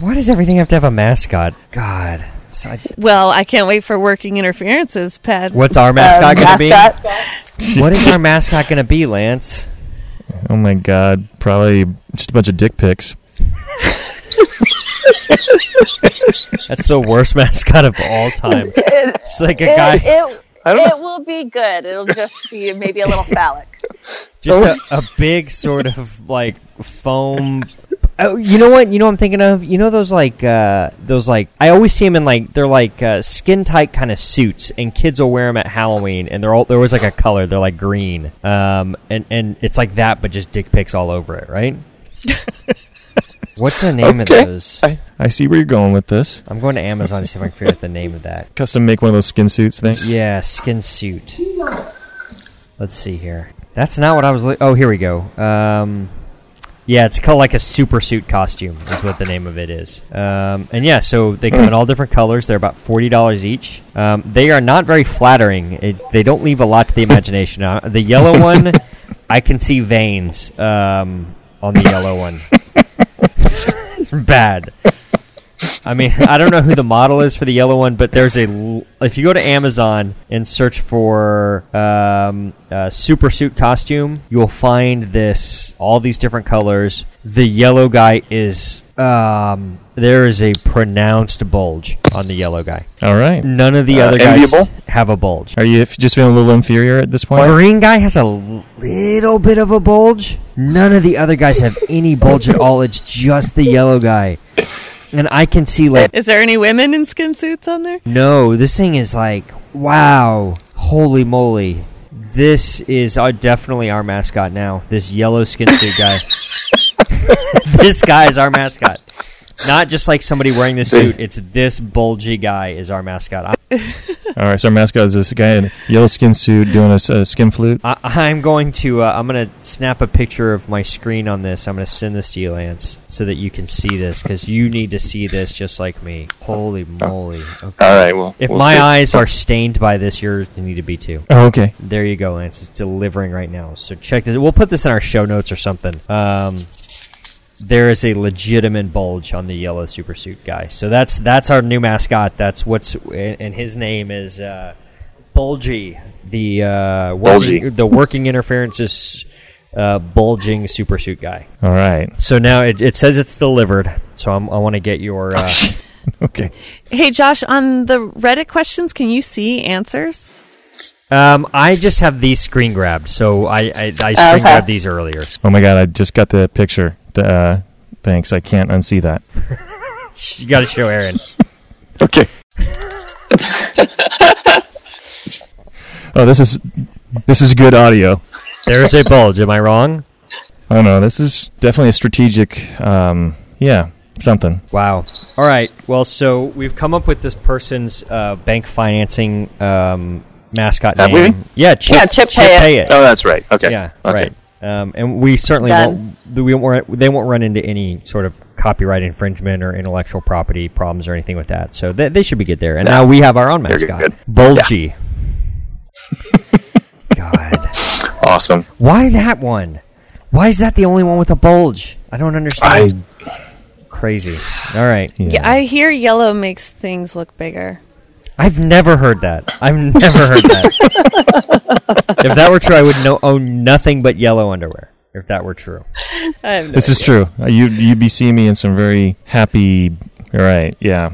[SPEAKER 1] Why does everything have to have a mascot? God. So I-
[SPEAKER 3] Well, I can't wait for working interferences, Pat.
[SPEAKER 1] what's our
[SPEAKER 5] Um,
[SPEAKER 1] mascot going to be?
[SPEAKER 5] mascot.
[SPEAKER 1] *laughs* What is our mascot going to be, Lance?
[SPEAKER 2] Oh my god, probably just a bunch of dick pics.
[SPEAKER 1] That's the worst *laughs* mascot of all time.
[SPEAKER 5] *laughs* It,
[SPEAKER 1] It's like a guy.
[SPEAKER 5] it, it,
[SPEAKER 4] I don't
[SPEAKER 5] it will be good. It'll just be maybe a
[SPEAKER 1] *laughs*
[SPEAKER 5] little phallic.
[SPEAKER 1] just a, a big sort of like foam. Oh, you know what? You know what I'm thinking of. You know those like uh, those like I always see them in like they're like uh, skin tight kind of suits, and kids will wear them at Halloween, and they're all they're always like a color. They're like green, um, and and it's like that, but just dick pics all over it, right? What's the name
[SPEAKER 4] Okay.
[SPEAKER 1] of those?
[SPEAKER 2] I see where you're going with this.
[SPEAKER 1] I'm going to Amazon to see if I can figure out the name of that.
[SPEAKER 2] Custom make one of those skin suits things.
[SPEAKER 1] Yeah, skin suit. Let's see here. That's not what I was. Li- oh, here we go. Um, yeah, it's called like a super suit costume. Is what the name of it is. Um, and yeah, so they come in all different colors. They're about forty dollars each. Um, they are not very flattering. It, they don't leave a lot to the imagination. Uh, the yellow one, I can see *laughs* veins um, on the yellow one. It's Bad. I mean, *laughs* I don't know who the model is for the yellow one, but there's a. l- If you go to Amazon and search for um, uh, super suit costume, you will find this all these different colors. The yellow guy is um, there is a pronounced bulge on the yellow guy.
[SPEAKER 2] All right.
[SPEAKER 1] None of the
[SPEAKER 4] Uh,
[SPEAKER 1] other guys
[SPEAKER 4] enviable?
[SPEAKER 1] have a bulge.
[SPEAKER 2] Are you f- just feeling a little inferior at this point?
[SPEAKER 1] Green guy has a little bit of a bulge. None of the other guys have any bulge at all. It's just the yellow guy. And I can see like
[SPEAKER 3] Is there any women in skin suits on there?
[SPEAKER 1] no, this thing is like, wow, holy moly. This is uh, definitely our mascot now. This yellow skin suit guy.
[SPEAKER 4] *laughs*
[SPEAKER 1] this guy is our mascot. Not just like somebody wearing this suit. It's this bulgy guy is our mascot. I,
[SPEAKER 2] All right. So our mascot is this guy in a yellow skin suit doing a, s- a skin flute.
[SPEAKER 1] I, I'm going to. Uh, I'm going to snap a picture of my screen on this. I'm going to send this to you, Lance, so that you can see this because you need to see this just like me. Holy moly! Okay.
[SPEAKER 4] All right. Oh. Well,
[SPEAKER 1] If
[SPEAKER 4] we'll
[SPEAKER 1] my
[SPEAKER 4] see.
[SPEAKER 1] eyes are stained by this, yours need to be too.
[SPEAKER 2] Oh, okay.
[SPEAKER 1] There you go, Lance. It's delivering right now. So check this. We'll put this in our show notes or something. Um, there is a legitimate bulge on the yellow super suit guy. So that's that's our new mascot. That's what's and his name is uh, Bulgy. The uh, working,
[SPEAKER 4] Bulgy.
[SPEAKER 1] the working interferences uh, bulging super suit guy.
[SPEAKER 2] All right.
[SPEAKER 1] So now it, it says it's delivered. So I'm, I want to get your uh,
[SPEAKER 2] Okay.
[SPEAKER 3] Hey, Josh, on the Reddit questions, can you see answers?
[SPEAKER 1] Um, I just have these screen grabbed, so I I, I screen
[SPEAKER 5] Okay.
[SPEAKER 1] grabbed these earlier.
[SPEAKER 2] Oh my God! I just got the picture. The, uh, thanks. I can't unsee that.
[SPEAKER 1] You got to show Aaron.
[SPEAKER 4] Okay.
[SPEAKER 2] Oh, this is this is good audio.
[SPEAKER 1] There's a bulge. Am I wrong?
[SPEAKER 2] I don't know. This is definitely a strategic. Um, yeah, something.
[SPEAKER 1] Wow. All right. Well, so we've come up with this person's uh, bank financing um, mascot
[SPEAKER 4] Have
[SPEAKER 1] name.
[SPEAKER 4] we?
[SPEAKER 1] Yeah, Chip,
[SPEAKER 5] Yeah, Chip Pay It.
[SPEAKER 4] Oh, that's right. Okay.
[SPEAKER 1] Yeah,
[SPEAKER 4] Okay.
[SPEAKER 1] right. Um, and we certainly
[SPEAKER 5] Done.
[SPEAKER 1] won't, we won't. They won't run into any sort of copyright infringement or intellectual property problems or anything with that. So they, they should be good there. And now we have our own
[SPEAKER 4] good,
[SPEAKER 1] mascot,
[SPEAKER 4] good.
[SPEAKER 1] Bulgy. *laughs* God.
[SPEAKER 4] Awesome.
[SPEAKER 1] Why that one? Why is that the only one with a bulge? I don't understand. Crazy. All right.
[SPEAKER 3] Yeah, I hear yellow makes things look bigger.
[SPEAKER 1] I've never heard that. I've never heard that. if that were true, I would know, own nothing but yellow underwear. If that were true.
[SPEAKER 3] I have no
[SPEAKER 2] This is true. Uh, You you'd be seeing me in some very happy. Right. Yeah.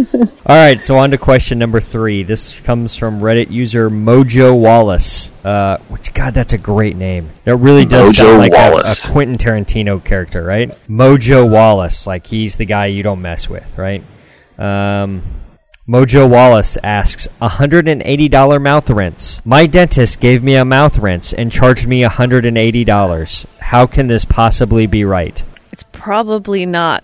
[SPEAKER 1] All right, so on to question number three. This comes from Reddit user Mojo Wallace. Uh, which God, that's a great name. That really does
[SPEAKER 4] Mojo
[SPEAKER 1] sound like a-
[SPEAKER 4] Wallace.
[SPEAKER 1] A, Quentin Tarantino character, right? Mojo Wallace, like he's the guy you don't mess with, right? Um, Mojo Wallace asks, $180 mouth rinse. My dentist gave me a mouth rinse and charged me $180. How can this possibly be
[SPEAKER 4] *laughs*
[SPEAKER 1] right?
[SPEAKER 3] It's probably not.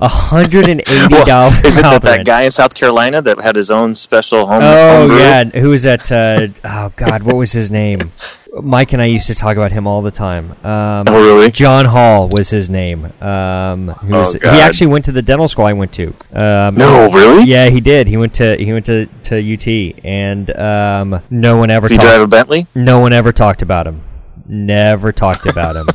[SPEAKER 1] $180
[SPEAKER 4] Well, *laughs* is it that,
[SPEAKER 1] mouth
[SPEAKER 4] that
[SPEAKER 1] rinse.
[SPEAKER 4] guy in South Carolina that had his own special home?
[SPEAKER 1] Oh
[SPEAKER 4] homebrew?
[SPEAKER 1] yeah, who was that? Uh, oh God, what was his name? Mike and I used to talk about him all the time. Um,
[SPEAKER 4] Oh, really?
[SPEAKER 1] John Hall was his name. Um, who
[SPEAKER 4] Oh,
[SPEAKER 1] was,
[SPEAKER 4] God.
[SPEAKER 1] He actually went to the dental school I went to. Um,
[SPEAKER 4] No, really?
[SPEAKER 1] Yeah, he did. He went to he went to, to UT, and um, no one ever
[SPEAKER 4] Did he
[SPEAKER 1] talked
[SPEAKER 4] drive a Bentley?
[SPEAKER 1] no one ever talked about him. Never talked about him.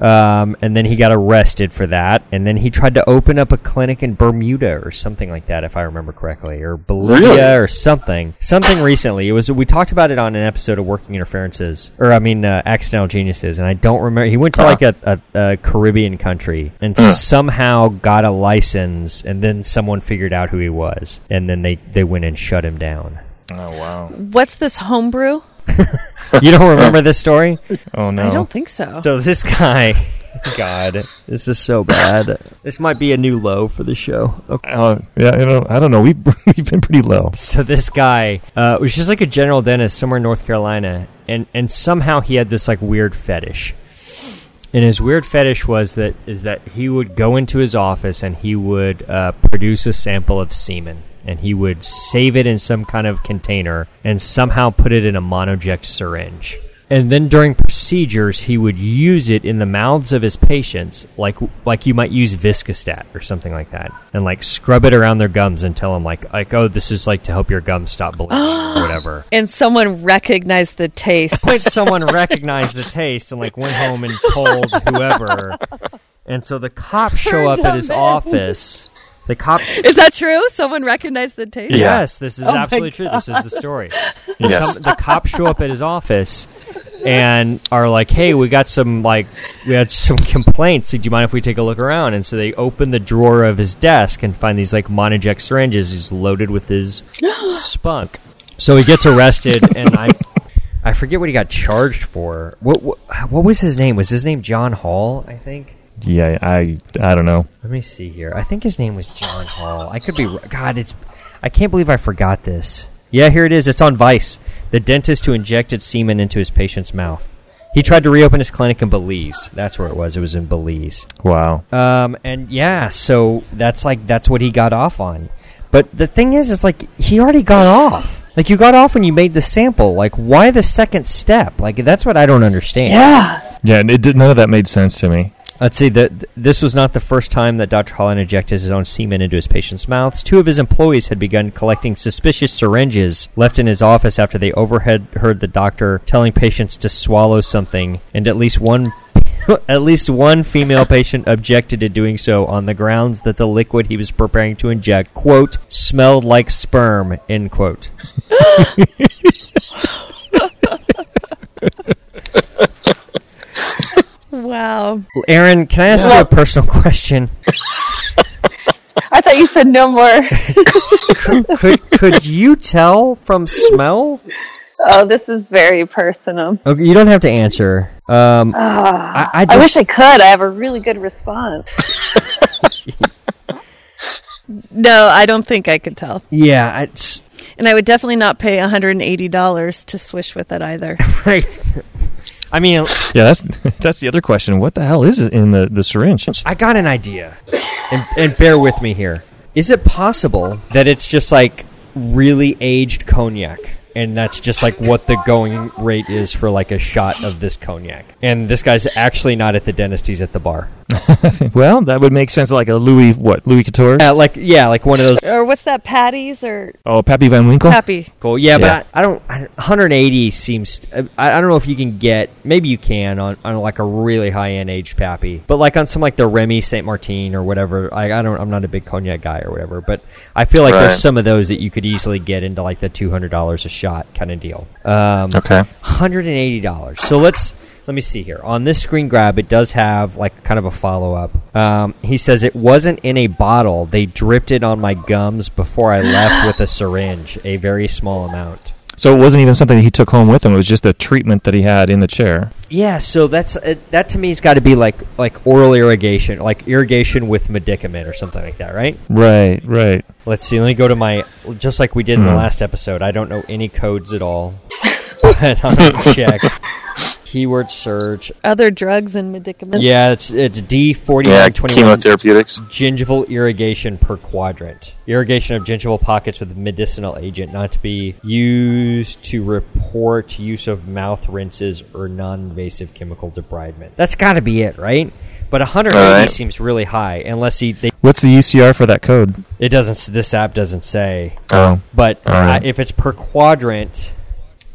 [SPEAKER 1] Um, and then he got arrested for that. And then he tried to open up a clinic in Bermuda or something like that, if I remember correctly, or Bolivia
[SPEAKER 4] Really?
[SPEAKER 1] or something. Something recently. It was we talked about it on an episode of Working Interferences, or I mean, uh, Accidental Geniuses. And I don't remember. He went to like a, a, a Caribbean country and somehow got a license. And then someone figured out who he was. And then they they went and shut him down.
[SPEAKER 2] Oh wow.
[SPEAKER 3] What's this homebrew?
[SPEAKER 1] You don't remember this story?
[SPEAKER 2] Oh no.
[SPEAKER 3] I don't think so.
[SPEAKER 1] So this guy, *laughs* God, this is so bad. This might be a new low for the show. Okay.
[SPEAKER 2] Oh, yeah, I don't, I don't know. We've, *laughs* we've been pretty low.
[SPEAKER 1] *laughs* So this guy uh, was just like a general dentist somewhere in North Carolina, and and somehow he had this like weird fetish. And his weird fetish was that is that he would go into his office and he would uh, produce a sample of semen, and he would save it in some kind of container and somehow put it in a monoject syringe. And then during procedures, he would use it in the mouths of his patients, like like you might use Viscostat or something like that, and like scrub it around their gums and tell them like like oh this is like to help your gums stop bleeding or whatever.
[SPEAKER 3] And someone recognized the taste.
[SPEAKER 1] But someone recognized the taste and like went home and told whoever. And so the cops show up at his office The cop.
[SPEAKER 3] Is that true? Someone recognized the taste?
[SPEAKER 4] Yeah.
[SPEAKER 1] Yes, this is
[SPEAKER 3] Oh my
[SPEAKER 1] absolutely true. This is the story.
[SPEAKER 4] Yes.
[SPEAKER 1] Some- the cops show up at his office and are like, "Hey, we got some like we had some complaints. Do you mind if we take a look around?" And so they open the drawer of his desk and find these like Monojack syringes, just loaded with his spunk. So he gets arrested, and I I forget what he got charged for. What what, what was his name? Was his name John Hall? I think.
[SPEAKER 2] Yeah, I I don't know.
[SPEAKER 1] Let me see here. I think his name was John Hall. I could be. wr- God, it's. I can't believe I forgot this. Yeah, here it is. It's on Vice. The dentist who injected semen into his patient's mouth. He tried to reopen his clinic in Belize. That's where it was. It was in Belize.
[SPEAKER 2] Wow.
[SPEAKER 1] Um, and yeah, so that's like that's what he got off on. But the thing is, is like he already got off. Like you got off when you made the sample. Like why the second step? Like that's what I don't understand.
[SPEAKER 5] Yeah.
[SPEAKER 2] Yeah, and it did, none of that made sense to me.
[SPEAKER 1] Let's see. That th- this was not the first time that Dr. Holland injected his own semen into his patients' mouths. Two of his employees had begun collecting suspicious syringes left in his office after they overheard heard the doctor telling patients to swallow something, and at least one. *laughs* At least one female patient objected to doing so on the grounds that the liquid he was preparing to inject, quote, smelled like sperm, end quote.
[SPEAKER 3] Wow.
[SPEAKER 1] Aaron, can I ask you a personal *laughs* question?
[SPEAKER 5] I thought you said no more. *laughs*
[SPEAKER 1] Could, could you tell from smell
[SPEAKER 5] Oh, this is very personal.
[SPEAKER 1] Okay, you don't have to answer. Um,
[SPEAKER 5] Ah,
[SPEAKER 1] I, I
[SPEAKER 5] I
[SPEAKER 1] just
[SPEAKER 5] wish I could. I have a really good
[SPEAKER 2] *laughs*
[SPEAKER 5] response.
[SPEAKER 3] No, I don't think I could tell.
[SPEAKER 1] yeah, it's
[SPEAKER 3] And I would definitely not pay $180 to swish with it either.
[SPEAKER 1] right. *laughs* I mean,
[SPEAKER 2] Yeah, that's *laughs* that's the other question. What the hell is it in the, the syringe?
[SPEAKER 1] I got an idea, and, and bear with me here. Is it possible that it's just like really aged cognac, and that's just like what the going rate is for like a shot of this cognac? And this guy's actually not at the dentist; he's at the bar.
[SPEAKER 2] Well, that would make sense like a Louis what Louis Couture?
[SPEAKER 1] Yeah, like yeah, like one of those.
[SPEAKER 3] Or what's that, Patties or
[SPEAKER 2] Oh, Pappy Van Winkle.
[SPEAKER 3] Happy?
[SPEAKER 1] Cool. Yeah,
[SPEAKER 2] Yeah.
[SPEAKER 1] but I, I don't. I, 180 seems. I, I don't know if you can get. Maybe you can on, on like a really high end aged pappy, but like on some like the Remy Saint Martin or whatever. I, I don't. I'm not a big cognac guy or whatever, but I feel like
[SPEAKER 4] Right.
[SPEAKER 1] there's some of those that you could easily get into like the 200 dollars a shot kind of deal. Um,
[SPEAKER 4] Okay.
[SPEAKER 1] hundred and eighty dollars. So let's let me see here. On this screen grab, it does have like kind of a follow up. Um, he says it wasn't in a bottle. They dripped it on my gums before I left with a syringe, a very small amount.
[SPEAKER 2] So it wasn't even something that he took home with him. It was just the treatment that he had in the chair.
[SPEAKER 1] Yeah, so that's uh, that to me's got to be like like oral irrigation, like irrigation with medicament or something like that, right?
[SPEAKER 2] Right, right.
[SPEAKER 1] Let's see. Let me go to my just like we did in the
[SPEAKER 2] Hmm.
[SPEAKER 1] last episode. I don't know any codes at all, *laughs* but I'm gonna check keyword search.
[SPEAKER 3] Other drugs and medicaments.
[SPEAKER 1] Yeah, it's it's D forty
[SPEAKER 4] Yeah,
[SPEAKER 1] nine twenty one
[SPEAKER 4] chemotherapeutics.
[SPEAKER 1] gingival irrigation per quadrant. Irrigation of gingival pockets with medicinal agent not to be used to report use of mouth rinses or non-invasive chemical debridement. That's got to be it, right? But 180
[SPEAKER 4] All right.
[SPEAKER 1] seems really high unless he they,
[SPEAKER 2] What's the UCR for that code?
[SPEAKER 1] it doesn't s- this app doesn't say.
[SPEAKER 2] Oh.
[SPEAKER 1] But
[SPEAKER 2] All right.
[SPEAKER 1] uh, if it's per quadrant,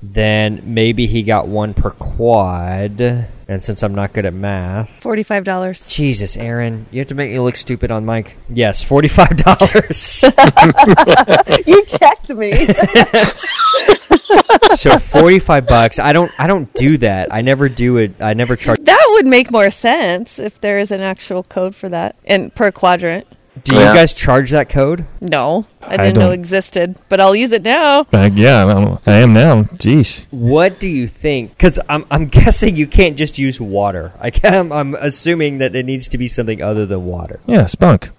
[SPEAKER 1] then maybe he got one per quad. And since I'm not good at math,
[SPEAKER 3] $45.
[SPEAKER 1] Jesus, Aaron, you have to make me look stupid on Mike. Yes, forty-five dollars. *laughs*
[SPEAKER 5] you checked me.
[SPEAKER 1] so forty-five bucks. I don't. I don't do that. I never do it. I never charge.
[SPEAKER 3] That would make more sense if there is an actual code for that and per quadrant.
[SPEAKER 1] Do you
[SPEAKER 4] Yeah.
[SPEAKER 1] guys charge that code?
[SPEAKER 3] No, I didn't know
[SPEAKER 2] don't-
[SPEAKER 3] existed, but I'll use it now.
[SPEAKER 2] Uh, yeah, I'm, I am now. Jeez.
[SPEAKER 1] What do you think? Because I'm. I'm guessing you can't just use water. I can. I'm assuming that it needs to be something other than water.
[SPEAKER 2] Yeah, spunk.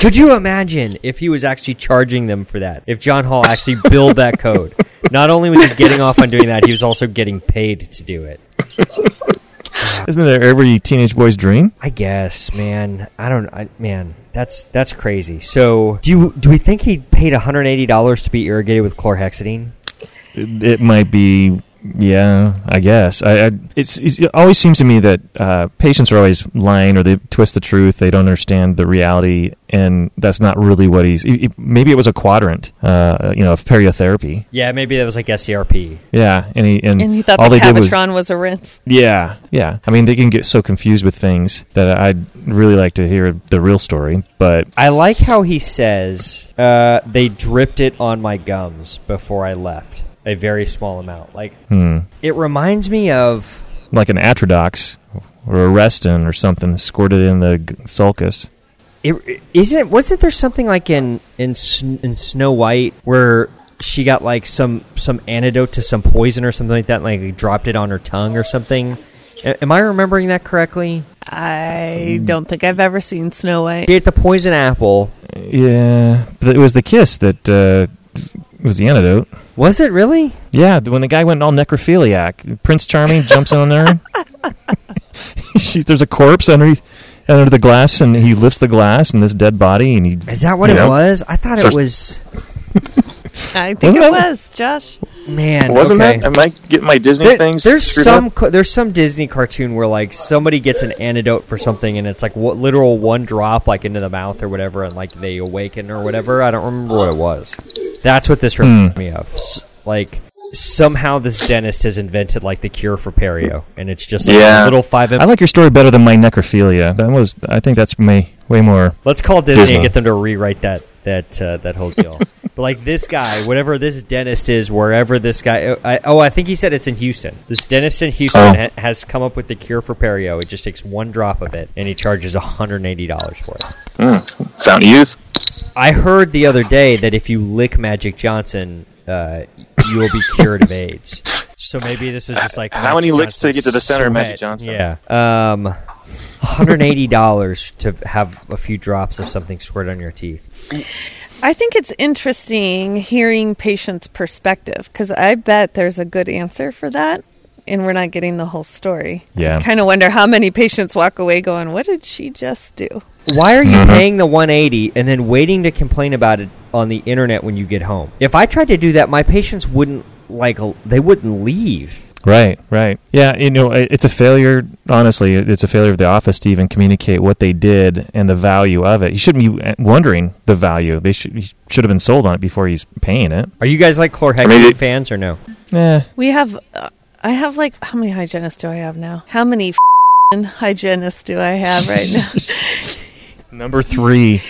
[SPEAKER 1] Could you imagine if he was actually charging them for that? If John Hall actually billed that *laughs* code, not only was he getting off on doing that, he was also getting paid to do it.
[SPEAKER 2] Isn't that every teenage boy's dream?
[SPEAKER 1] I guess, man. I don't. I, man, that's that's crazy. So, do you do we think he paid one hundred eighty dollars to be irrigated with chlorhexidine?
[SPEAKER 2] It, it might be Yeah, I guess. I, I it's, it's it always seems to me that uh, patients are always lying or they twist the truth. They don't understand the reality, and that's not really what he's. It, it- maybe it was a quadrant, uh, you know, of periotherapy.
[SPEAKER 1] Yeah, maybe that was like E SCRP.
[SPEAKER 2] Yeah, and he and,
[SPEAKER 3] And he thought
[SPEAKER 2] all
[SPEAKER 3] the
[SPEAKER 2] they did was
[SPEAKER 3] Cabotron was a rinse.
[SPEAKER 2] yeah, yeah. I mean, they can get so confused with things that I'd really like to hear the real story, but
[SPEAKER 1] I like how he says uh, they dripped it on my gums before I left. A very small amount. Like
[SPEAKER 2] hmm,
[SPEAKER 1] it reminds me of
[SPEAKER 2] like an atrodox or a restin or something squirted in the g- sulcus.
[SPEAKER 1] it isn't wasn't there something like in in Sn- in Snow White where she got like some some antidote to some poison or something like that and like dropped it on her tongue or something. A- Am I remembering that correctly?
[SPEAKER 3] I don't think I've ever seen Snow White.
[SPEAKER 1] She ate the poison apple.
[SPEAKER 2] Yeah, but it was the kiss that uh, was the antidote.
[SPEAKER 1] Was it really?
[SPEAKER 2] Yeah, when the guy went all necrophiliac, Prince Charming jumps on *laughs* there. she, there's a corpse underneath under the glass, and he lifts the glass, and this dead body, and he
[SPEAKER 1] Is that what
[SPEAKER 2] you
[SPEAKER 1] it
[SPEAKER 2] know.
[SPEAKER 1] was? I thought it
[SPEAKER 4] So-
[SPEAKER 1] was.
[SPEAKER 3] I think
[SPEAKER 2] Wasn't
[SPEAKER 3] it
[SPEAKER 2] that-
[SPEAKER 3] was, Josh.
[SPEAKER 1] Man,
[SPEAKER 4] Wasn't
[SPEAKER 1] okay.
[SPEAKER 4] that? Am I getting my Disney
[SPEAKER 1] There-
[SPEAKER 4] things?
[SPEAKER 1] there's
[SPEAKER 4] screwed
[SPEAKER 1] some
[SPEAKER 4] up?
[SPEAKER 1] co- there's some Disney cartoon where like somebody gets an antidote for something and it's like what literal one drop like into the mouth or whatever and like they awaken or whatever. I don't remember what it was. That's what this reminds me of. S- Like somehow this dentist has invented like the cure for perio and it's just like,
[SPEAKER 4] Yeah.
[SPEAKER 1] a little five.
[SPEAKER 2] I like your story better than my necrophilia. That was, I think that's may, way more.
[SPEAKER 1] Let's call Disney,
[SPEAKER 4] Disney.
[SPEAKER 1] and get them to rewrite that that uh, that whole
[SPEAKER 4] *laughs*
[SPEAKER 1] deal. but like this guy, whatever this dentist is, wherever this guy, I, oh, I think he said it's in Houston. This dentist in Houston
[SPEAKER 4] Oh.
[SPEAKER 1] ha- has come up with the cure for perio. It just takes one drop of it, and he charges one hundred and eighty dollars for it.
[SPEAKER 4] Mm, Fountain Youth.
[SPEAKER 1] I heard the other day that if you lick Magic Johnson, uh, you will be cured of AIDS. So maybe this is just like
[SPEAKER 4] How many licks to get to the center of Magic
[SPEAKER 1] Johnson's
[SPEAKER 4] Johnson?
[SPEAKER 1] sweat. Yeah, um, one hundred eighty dollars to have a few drops of something squirted on your teeth.
[SPEAKER 3] I think it's interesting hearing patients' perspective because I bet there's a good answer for that, and we're not getting the whole story.
[SPEAKER 2] Yeah.
[SPEAKER 3] kind of wonder how many patients walk away going, "What did she just do?"
[SPEAKER 1] Why are you
[SPEAKER 4] Mm-hmm.
[SPEAKER 1] paying the 180 and then waiting to complain about it on the internet when you get home? If I tried to do that, my patients wouldn't like l- they wouldn't leave.
[SPEAKER 2] Right, right. Yeah, you know, it- it's a failure. Honestly, it's a failure of the office to even communicate what they did and the value of it. You shouldn't be uh, wondering the value. They should he should have been sold on it before he's paying it.
[SPEAKER 1] Are you guys like chlorhexidine
[SPEAKER 4] Maybe-
[SPEAKER 1] fans or no?
[SPEAKER 2] Eh,
[SPEAKER 3] We have, uh, I have like, how many hygienists do I have now? How many f***ing hygienists do I have right now?
[SPEAKER 2] number three.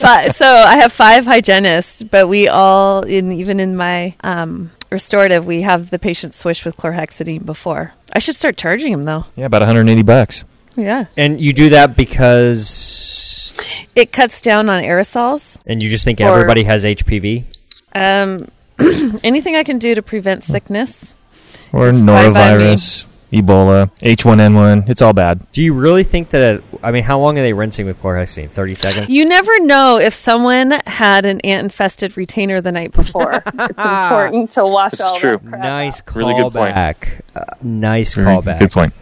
[SPEAKER 3] But so I have five hygienists, but we all, in even in my um, restorative, we have the patient swish with chlorhexidine before. I should start charging them though.
[SPEAKER 2] Yeah, about 180 bucks.
[SPEAKER 3] Yeah,
[SPEAKER 1] And you do that because
[SPEAKER 3] it cuts down on aerosols.
[SPEAKER 1] and you just think
[SPEAKER 3] Or-
[SPEAKER 1] everybody has HPV.
[SPEAKER 3] Um, *clears throat* anything I can do to prevent sickness.
[SPEAKER 2] Or
[SPEAKER 3] It's fine by me.
[SPEAKER 2] norovirus, Ebola, H1N1. It's all bad.
[SPEAKER 1] Do you really think that? A, I mean, how long are they rinsing with chlorhexidine? Thirty seconds.
[SPEAKER 3] You never know if someone had an ant-infested retainer the night before.
[SPEAKER 5] It's important to wash
[SPEAKER 4] This is
[SPEAKER 5] all
[SPEAKER 4] true.
[SPEAKER 5] that crap
[SPEAKER 1] Nice callback.
[SPEAKER 4] Really good point. Mm-hmm.
[SPEAKER 1] Uh, nice
[SPEAKER 2] Very
[SPEAKER 1] callback.
[SPEAKER 2] Good point.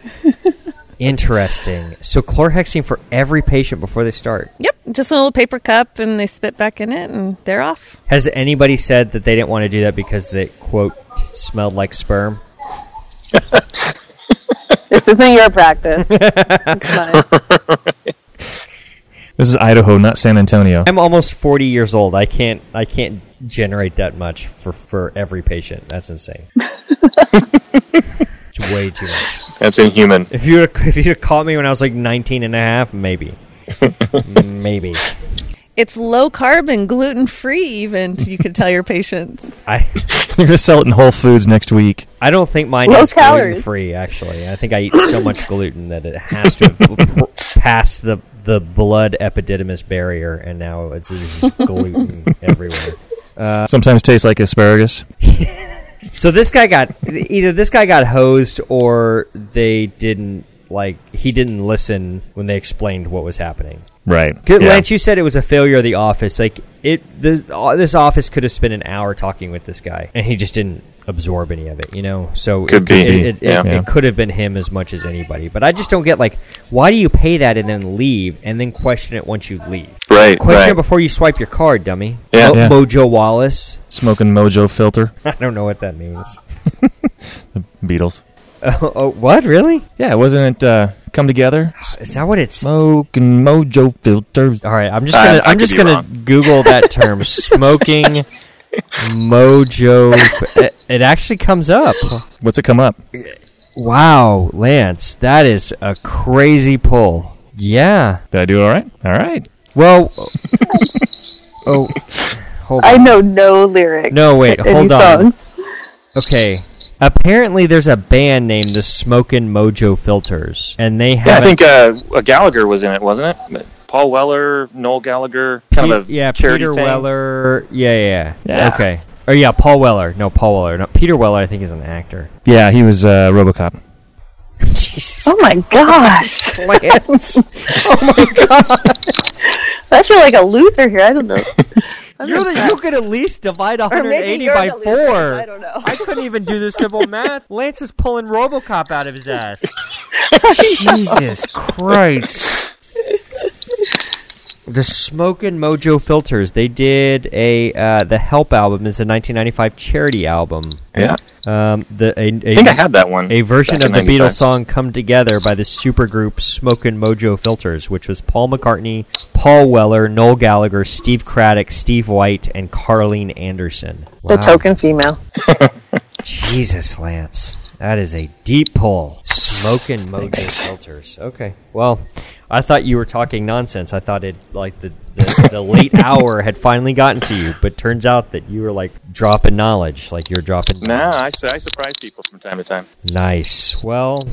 [SPEAKER 1] Interesting. So chlorhexidine for every patient before they start.
[SPEAKER 3] yep, just a little paper cup, and they spit back in it, and they're off.
[SPEAKER 1] Has anybody said that they didn't want to do that because they quote smelled like sperm?
[SPEAKER 5] out. This isn't your
[SPEAKER 1] *laughs*
[SPEAKER 5] practice. It's mine.
[SPEAKER 2] This is Idaho, not San Antonio.
[SPEAKER 1] I'm almost 40 years old. I can't I can't generate that much for for every patient.
[SPEAKER 5] *laughs*
[SPEAKER 1] That's insane. it's way too much.
[SPEAKER 4] That's inhuman.
[SPEAKER 1] If you would've- if you'd have caught me when I was like 19 and a
[SPEAKER 5] *laughs*
[SPEAKER 1] half, maybe. maybe.
[SPEAKER 3] It's low carb and gluten free, even so you could tell your patients.
[SPEAKER 6] *laughs*
[SPEAKER 1] I
[SPEAKER 2] *laughs* They're gonna sell it in Whole Foods next week.
[SPEAKER 1] I don't think mine
[SPEAKER 5] Low
[SPEAKER 1] is
[SPEAKER 5] calories.
[SPEAKER 1] gluten free. Actually, I think I eat so much gluten that it has to have *laughs* passed the the blood epididymis barrier, and now it's just gluten everywhere.
[SPEAKER 2] Uh, Sometimes tastes like asparagus.
[SPEAKER 1] So this guy got either this guy got hosed, or they didn't like he didn't listen when they explained what was happening.
[SPEAKER 2] Right.
[SPEAKER 1] Good,
[SPEAKER 2] Yeah.
[SPEAKER 1] Lance, you said it was a failure of the office. Like it, this, uh, this office could have spent an hour talking with this guy, and he just didn't absorb any of it. You know, so
[SPEAKER 4] Could
[SPEAKER 1] it,
[SPEAKER 4] be,
[SPEAKER 1] It, it, it,
[SPEAKER 4] yeah.
[SPEAKER 1] it could have been him as much as anybody. But I just don't get like why do you pay that and then leave and then question it once you leave?
[SPEAKER 4] Right.
[SPEAKER 1] Question it
[SPEAKER 4] right.
[SPEAKER 1] before you swipe your card, dummy.
[SPEAKER 4] Yeah.
[SPEAKER 1] Mo-
[SPEAKER 2] Yeah.
[SPEAKER 1] Mojo Wallace. *laughs*
[SPEAKER 2] Smoking Mojo filter.
[SPEAKER 1] I don't know what that means.
[SPEAKER 2] Beatles.
[SPEAKER 1] *laughs* Oh, oh, what? Really?
[SPEAKER 2] Yeah, wasn't it uh, Come Together?
[SPEAKER 1] Is that what it's?
[SPEAKER 2] Smoke and Mojo filters.
[SPEAKER 1] All right, I'm just
[SPEAKER 4] I-
[SPEAKER 1] gonna
[SPEAKER 4] Uh, I
[SPEAKER 1] I'm
[SPEAKER 4] could
[SPEAKER 1] just
[SPEAKER 4] be
[SPEAKER 1] gonna
[SPEAKER 4] wrong.
[SPEAKER 1] Google
[SPEAKER 4] *laughs*
[SPEAKER 1] that term smoking mojo. It, it actually comes up.
[SPEAKER 2] What's it come up?
[SPEAKER 1] Wow, Lance, that is a crazy pull. Yeah.
[SPEAKER 2] Did I do all right? All right.
[SPEAKER 1] Well, *laughs* oh, hold
[SPEAKER 6] I
[SPEAKER 1] on.
[SPEAKER 6] know no lyrics.
[SPEAKER 1] No, wait,
[SPEAKER 6] to any
[SPEAKER 1] hold on.
[SPEAKER 6] songs.
[SPEAKER 1] Okay. Apparently, there's a band named the Smokin' Mojo Filters, and they have
[SPEAKER 4] Yeah, I
[SPEAKER 1] a-
[SPEAKER 4] think uh, Gallagher was in it, wasn't it? Paul Weller, Noel Gallagher, kind of a
[SPEAKER 1] Pe- yeah,
[SPEAKER 4] charity
[SPEAKER 1] Peter
[SPEAKER 4] thing.
[SPEAKER 1] Weller. Yeah, yeah, yeah.
[SPEAKER 4] Yeah.
[SPEAKER 1] Okay. Or yeah, Paul Weller. No, Paul Weller. No, Peter Weller. I think is an actor.
[SPEAKER 2] Yeah, he was uh, RoboCop.
[SPEAKER 1] Jesus,
[SPEAKER 6] Oh my gosh.
[SPEAKER 1] Lance.
[SPEAKER 4] Oh
[SPEAKER 6] I feel like a loser here. I
[SPEAKER 1] *laughs*
[SPEAKER 6] don't know. I'm
[SPEAKER 1] You're
[SPEAKER 6] just
[SPEAKER 1] the, you could at least divide
[SPEAKER 6] Or
[SPEAKER 1] 180
[SPEAKER 6] maybe you're
[SPEAKER 1] by
[SPEAKER 6] the loser.
[SPEAKER 1] four.
[SPEAKER 6] I don't know.
[SPEAKER 1] I couldn't even do the simple *laughs* math. Lance is pulling RoboCop out of his ass. Jesus Christ. The Smoke and Mojo Filters. They did a uh, the Help album is a 1995 charity album.
[SPEAKER 4] Yeah,
[SPEAKER 1] Um, the a, a,
[SPEAKER 4] I think I had that one.
[SPEAKER 1] a version of
[SPEAKER 4] back in
[SPEAKER 1] the
[SPEAKER 4] 95.
[SPEAKER 1] Beatles song "Come Together" by the supergroup Smoke and Mojo Filters, which was Paul McCartney, Paul Weller, Noel Gallagher, Steve Craddock, Steve White, and Carlene Anderson.
[SPEAKER 5] The
[SPEAKER 1] Wow.
[SPEAKER 5] token female.
[SPEAKER 1] Jesus, Lance. That is a deep pull. Smoke and Mojo filters. Okay. Well, I thought you were talking nonsense. I thought it like the, the, the late *laughs* hour had finally gotten to you, but turns out that you were like dropping knowledge, like you're dropping.
[SPEAKER 4] Nah, I, su- I surprise people from time to time.
[SPEAKER 1] Nice. Well,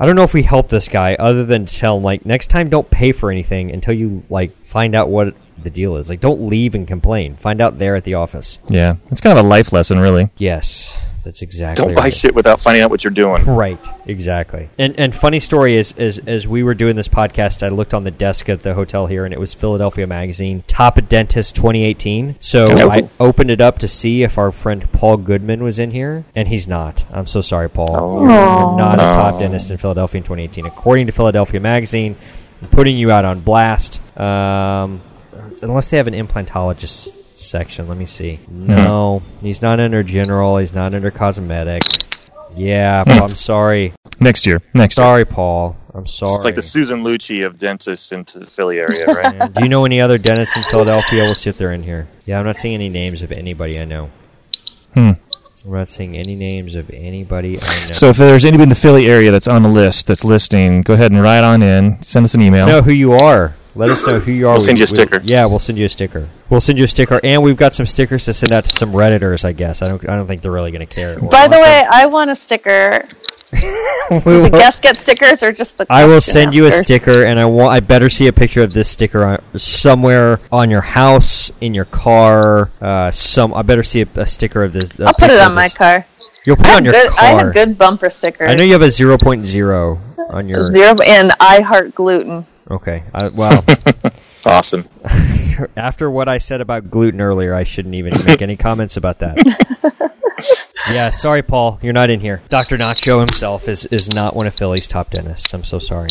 [SPEAKER 1] I don't know if we help this guy other than to tell him like next time don't pay for anything until you like find out what the deal is. Like don't leave and complain. Find out there at the office.
[SPEAKER 2] Yeah, it's kind of a life lesson, really.
[SPEAKER 1] Yes, that's exactly.
[SPEAKER 4] Don't buy
[SPEAKER 1] right.
[SPEAKER 4] shit without finding out what you're doing.
[SPEAKER 1] Right, exactly. And and funny story is as as we were doing this podcast, I looked on the desk at the hotel here, and it was Philadelphia Magazine Top Dentist 2018. So
[SPEAKER 4] Oh.
[SPEAKER 1] I opened it up to see if our friend Paul Goodman was in here, and he's not. I'm so sorry, Paul.
[SPEAKER 4] Oh.
[SPEAKER 1] You're not a
[SPEAKER 4] Oh.
[SPEAKER 1] top dentist in Philadelphia in 2018, according to Philadelphia Magazine. I'm putting you out on blast. Um, unless they have an implantologist section. Let me see.
[SPEAKER 4] Hmm.
[SPEAKER 1] No, he's not under general. He's not under cosmetic. Yeah, Paul, I'm sorry.
[SPEAKER 2] Next year, next year.
[SPEAKER 1] Sorry, Paul. I'm sorry.
[SPEAKER 4] Hmm. It's like the Susan Lucci of dentists in the Philly area, right?
[SPEAKER 1] *laughs* Do you know any other dentists in Philadelphia? We'll see if they're in here. Yeah, I'm not seeing any names of anybody I know.
[SPEAKER 2] Hmm.
[SPEAKER 1] I'm not seeing any names of anybody I know.
[SPEAKER 2] So if there's anybody in the Philly area that's on the list that's listening, go ahead and write on in. Send us an email.
[SPEAKER 1] know who you are. Let us know who you are.
[SPEAKER 4] We'll send you a sticker.
[SPEAKER 1] yeah, we'll send you a sticker. We'll send you a sticker, and we've got some stickers to send out to some redditors. I guess I don't. I don't think they're really going to care. or
[SPEAKER 6] By the
[SPEAKER 1] want
[SPEAKER 6] way, I want
[SPEAKER 1] *laughs*
[SPEAKER 6] a sticker.
[SPEAKER 1] them.
[SPEAKER 6] The guests get stickers or just the
[SPEAKER 1] I will
[SPEAKER 6] question
[SPEAKER 1] send you a
[SPEAKER 6] askers?
[SPEAKER 1] sticker, and I want. I better see a picture of this sticker on, somewhere on your house, in your car. Uh, some. I better see a, a sticker of this. a
[SPEAKER 6] I'll put it
[SPEAKER 1] picture of
[SPEAKER 6] on my
[SPEAKER 1] this.
[SPEAKER 6] car.
[SPEAKER 1] You'll put
[SPEAKER 6] I
[SPEAKER 1] it on
[SPEAKER 6] have,
[SPEAKER 1] your
[SPEAKER 6] good,
[SPEAKER 1] car.
[SPEAKER 6] I have good bumper stickers.
[SPEAKER 1] I know you have a 0.0 on your.
[SPEAKER 6] Zero and I heart gluten.
[SPEAKER 1] Okay. I, well,
[SPEAKER 4] awesome.
[SPEAKER 1] after what I said about gluten earlier, I shouldn't even make
[SPEAKER 6] *laughs*
[SPEAKER 1] any comments about that. yeah, sorry, Paul. You're not in here. Dr. Nacho himself is, is not one of Philly's top dentists. I'm so sorry.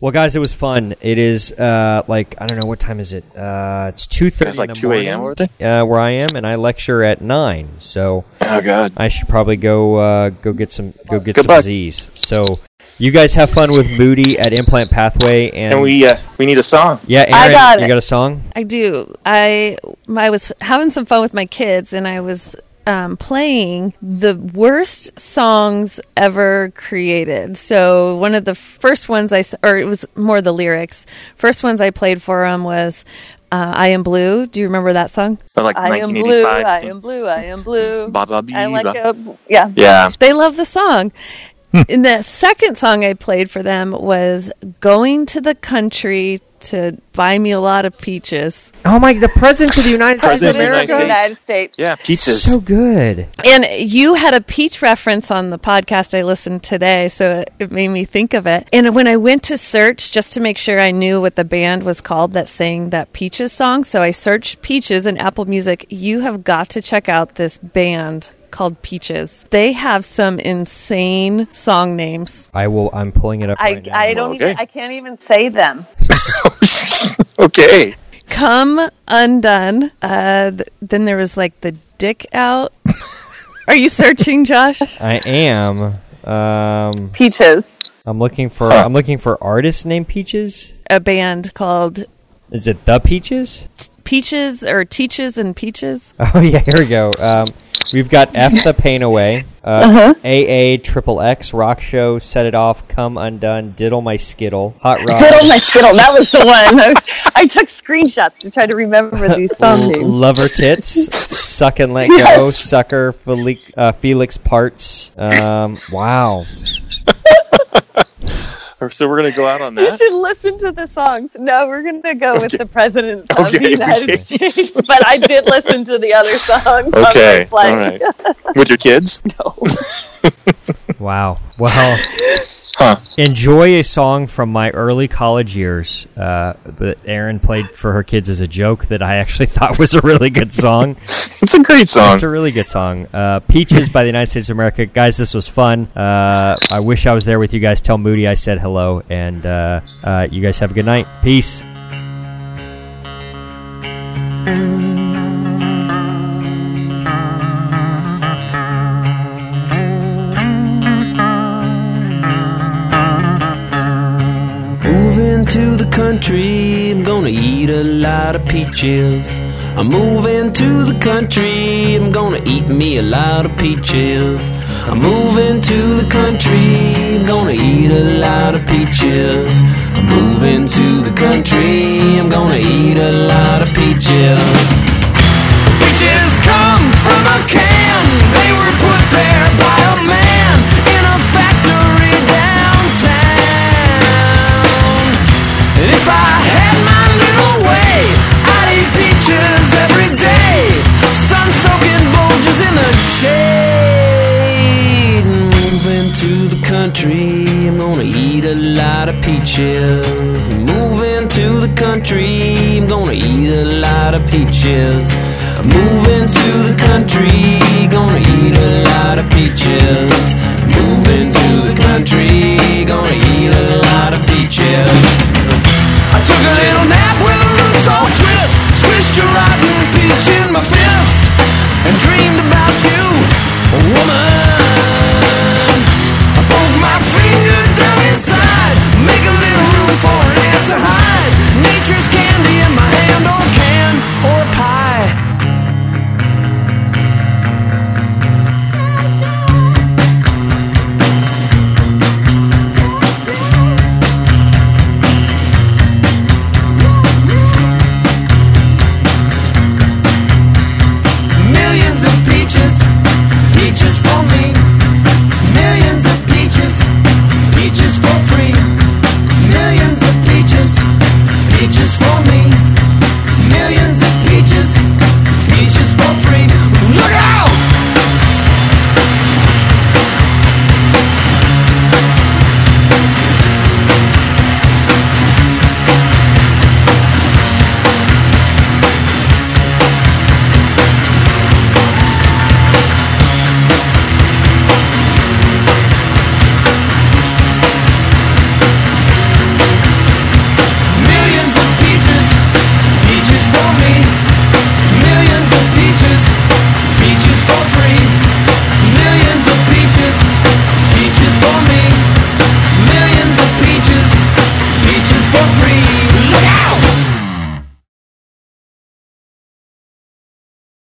[SPEAKER 1] Well, guys, it was fun. It is uh, like I don't know what time is it. Uh, it's two thirty.
[SPEAKER 4] It's like 2 a.m. weren't they?
[SPEAKER 1] Uh, where I am, and I lecture at nine. So
[SPEAKER 4] Oh, God.
[SPEAKER 1] I should probably go uh, go get some go get
[SPEAKER 4] Goodbye.
[SPEAKER 1] some Z's. So you guys have fun with Moody at Implant Pathway, and,
[SPEAKER 4] And we uh, we need a song.
[SPEAKER 1] yeah, Aaron,
[SPEAKER 6] I got
[SPEAKER 1] you
[SPEAKER 6] it.
[SPEAKER 1] got a song?
[SPEAKER 3] I do. I I was having some fun with my kids, and I was um, playing the worst songs ever created. So one of the first ones I, s- or it was more the lyrics. First ones I played for them was uh, "I Am Blue." Do you remember that song?
[SPEAKER 4] Or like
[SPEAKER 6] I am blue.
[SPEAKER 4] 1985.
[SPEAKER 6] I am blue. I am blue.
[SPEAKER 4] Ba, ba, bee,
[SPEAKER 6] I like
[SPEAKER 4] ba.
[SPEAKER 6] a yeah.
[SPEAKER 4] Yeah.
[SPEAKER 3] They love the song. And the second song I played for them was "Going to the Country to Buy Me a Lot of Peaches."
[SPEAKER 1] Oh my! The president of the United States
[SPEAKER 4] President
[SPEAKER 1] of
[SPEAKER 4] of the United
[SPEAKER 1] America.
[SPEAKER 4] States.
[SPEAKER 6] United States.
[SPEAKER 4] Yeah. Peaches.
[SPEAKER 1] So good.
[SPEAKER 3] And you had a peach reference on the podcast I listened today, so it, it made me think of it. And when I went to search just to make sure I knew what the band was called that sang that Peaches song, so I searched Peaches in Apple Music. You have got to check out this band called Peaches. They have some insane song names.
[SPEAKER 1] I will. I'm pulling it up.
[SPEAKER 6] I,
[SPEAKER 1] right now.
[SPEAKER 6] I don't even
[SPEAKER 4] Okay.
[SPEAKER 6] I can't even say them.
[SPEAKER 4] okay.
[SPEAKER 3] Come Undone. Uh, th- then
[SPEAKER 6] *laughs*
[SPEAKER 3] there was like the Dick Out. Are you searching, Josh?
[SPEAKER 1] I am. Um,
[SPEAKER 6] Peaches.
[SPEAKER 1] I'm looking for I'm looking for artists named Peaches.
[SPEAKER 3] a band called
[SPEAKER 1] Is it the Peaches? *laughs*
[SPEAKER 3] Peaches or Teaches and Peaches.
[SPEAKER 1] Oh yeah, here we go. Um, we've got F the Pain Away,
[SPEAKER 6] Uh-huh.
[SPEAKER 1] uh, AA Triple X Rock Show, Set It Off, Come Undone, Diddle My Skittle, Hot
[SPEAKER 6] Diddle my
[SPEAKER 1] Rod,
[SPEAKER 6] skittle. That was the one. I, was- I took screenshots to try to remember *laughs* these song
[SPEAKER 1] L-
[SPEAKER 6] names.
[SPEAKER 1] Lover Tits, Suck and Let Go,
[SPEAKER 6] Yes.
[SPEAKER 1] Sucker, Felix, uh, Felix Parts. Um, wow,
[SPEAKER 4] So we're gonna go out on
[SPEAKER 6] You *laughs*
[SPEAKER 4] that.
[SPEAKER 6] should listen to the songs. No, we're going to go with
[SPEAKER 4] Okay.
[SPEAKER 6] the president of the
[SPEAKER 4] Okay,
[SPEAKER 6] United
[SPEAKER 4] okay.
[SPEAKER 6] States. *laughs* But I did listen to the other songs. I was
[SPEAKER 4] Okay,
[SPEAKER 6] like,
[SPEAKER 4] all right. With your kids?
[SPEAKER 1] wow. Well,
[SPEAKER 4] *laughs* Huh.
[SPEAKER 1] enjoy a song from my early college years uh, that Erin played for her kids as a joke that I actually *laughs* thought was a really good song.
[SPEAKER 4] It's a great *laughs* song.
[SPEAKER 1] It's a really good song. Uh, Peaches by the United States of America. Guys, this was fun. Uh, I wish I was there with you guys. Tell Moody I said hello, and uh, uh, you guys have a good night. Peace.
[SPEAKER 7] Moving to the country, I'm gonna eat a lot of peaches. I'm moving to the country, I'm gonna eat me a lot of peaches. I'm moving to the country, I'm gonna eat a lot of peaches. I'm moving to the country, I'm gonna eat a lot of peaches. Peaches come from a can. They were put there by a man in a factory downtown. And if I had my little way, I'd eat peaches every day. Sun soaking bulges in the shade. Moving to the country, I'm gonna eat a lot of peaches. Moving to the country, I'm gonna eat a lot of peaches. Moving to the country, gonna eat a lot of peaches. Moving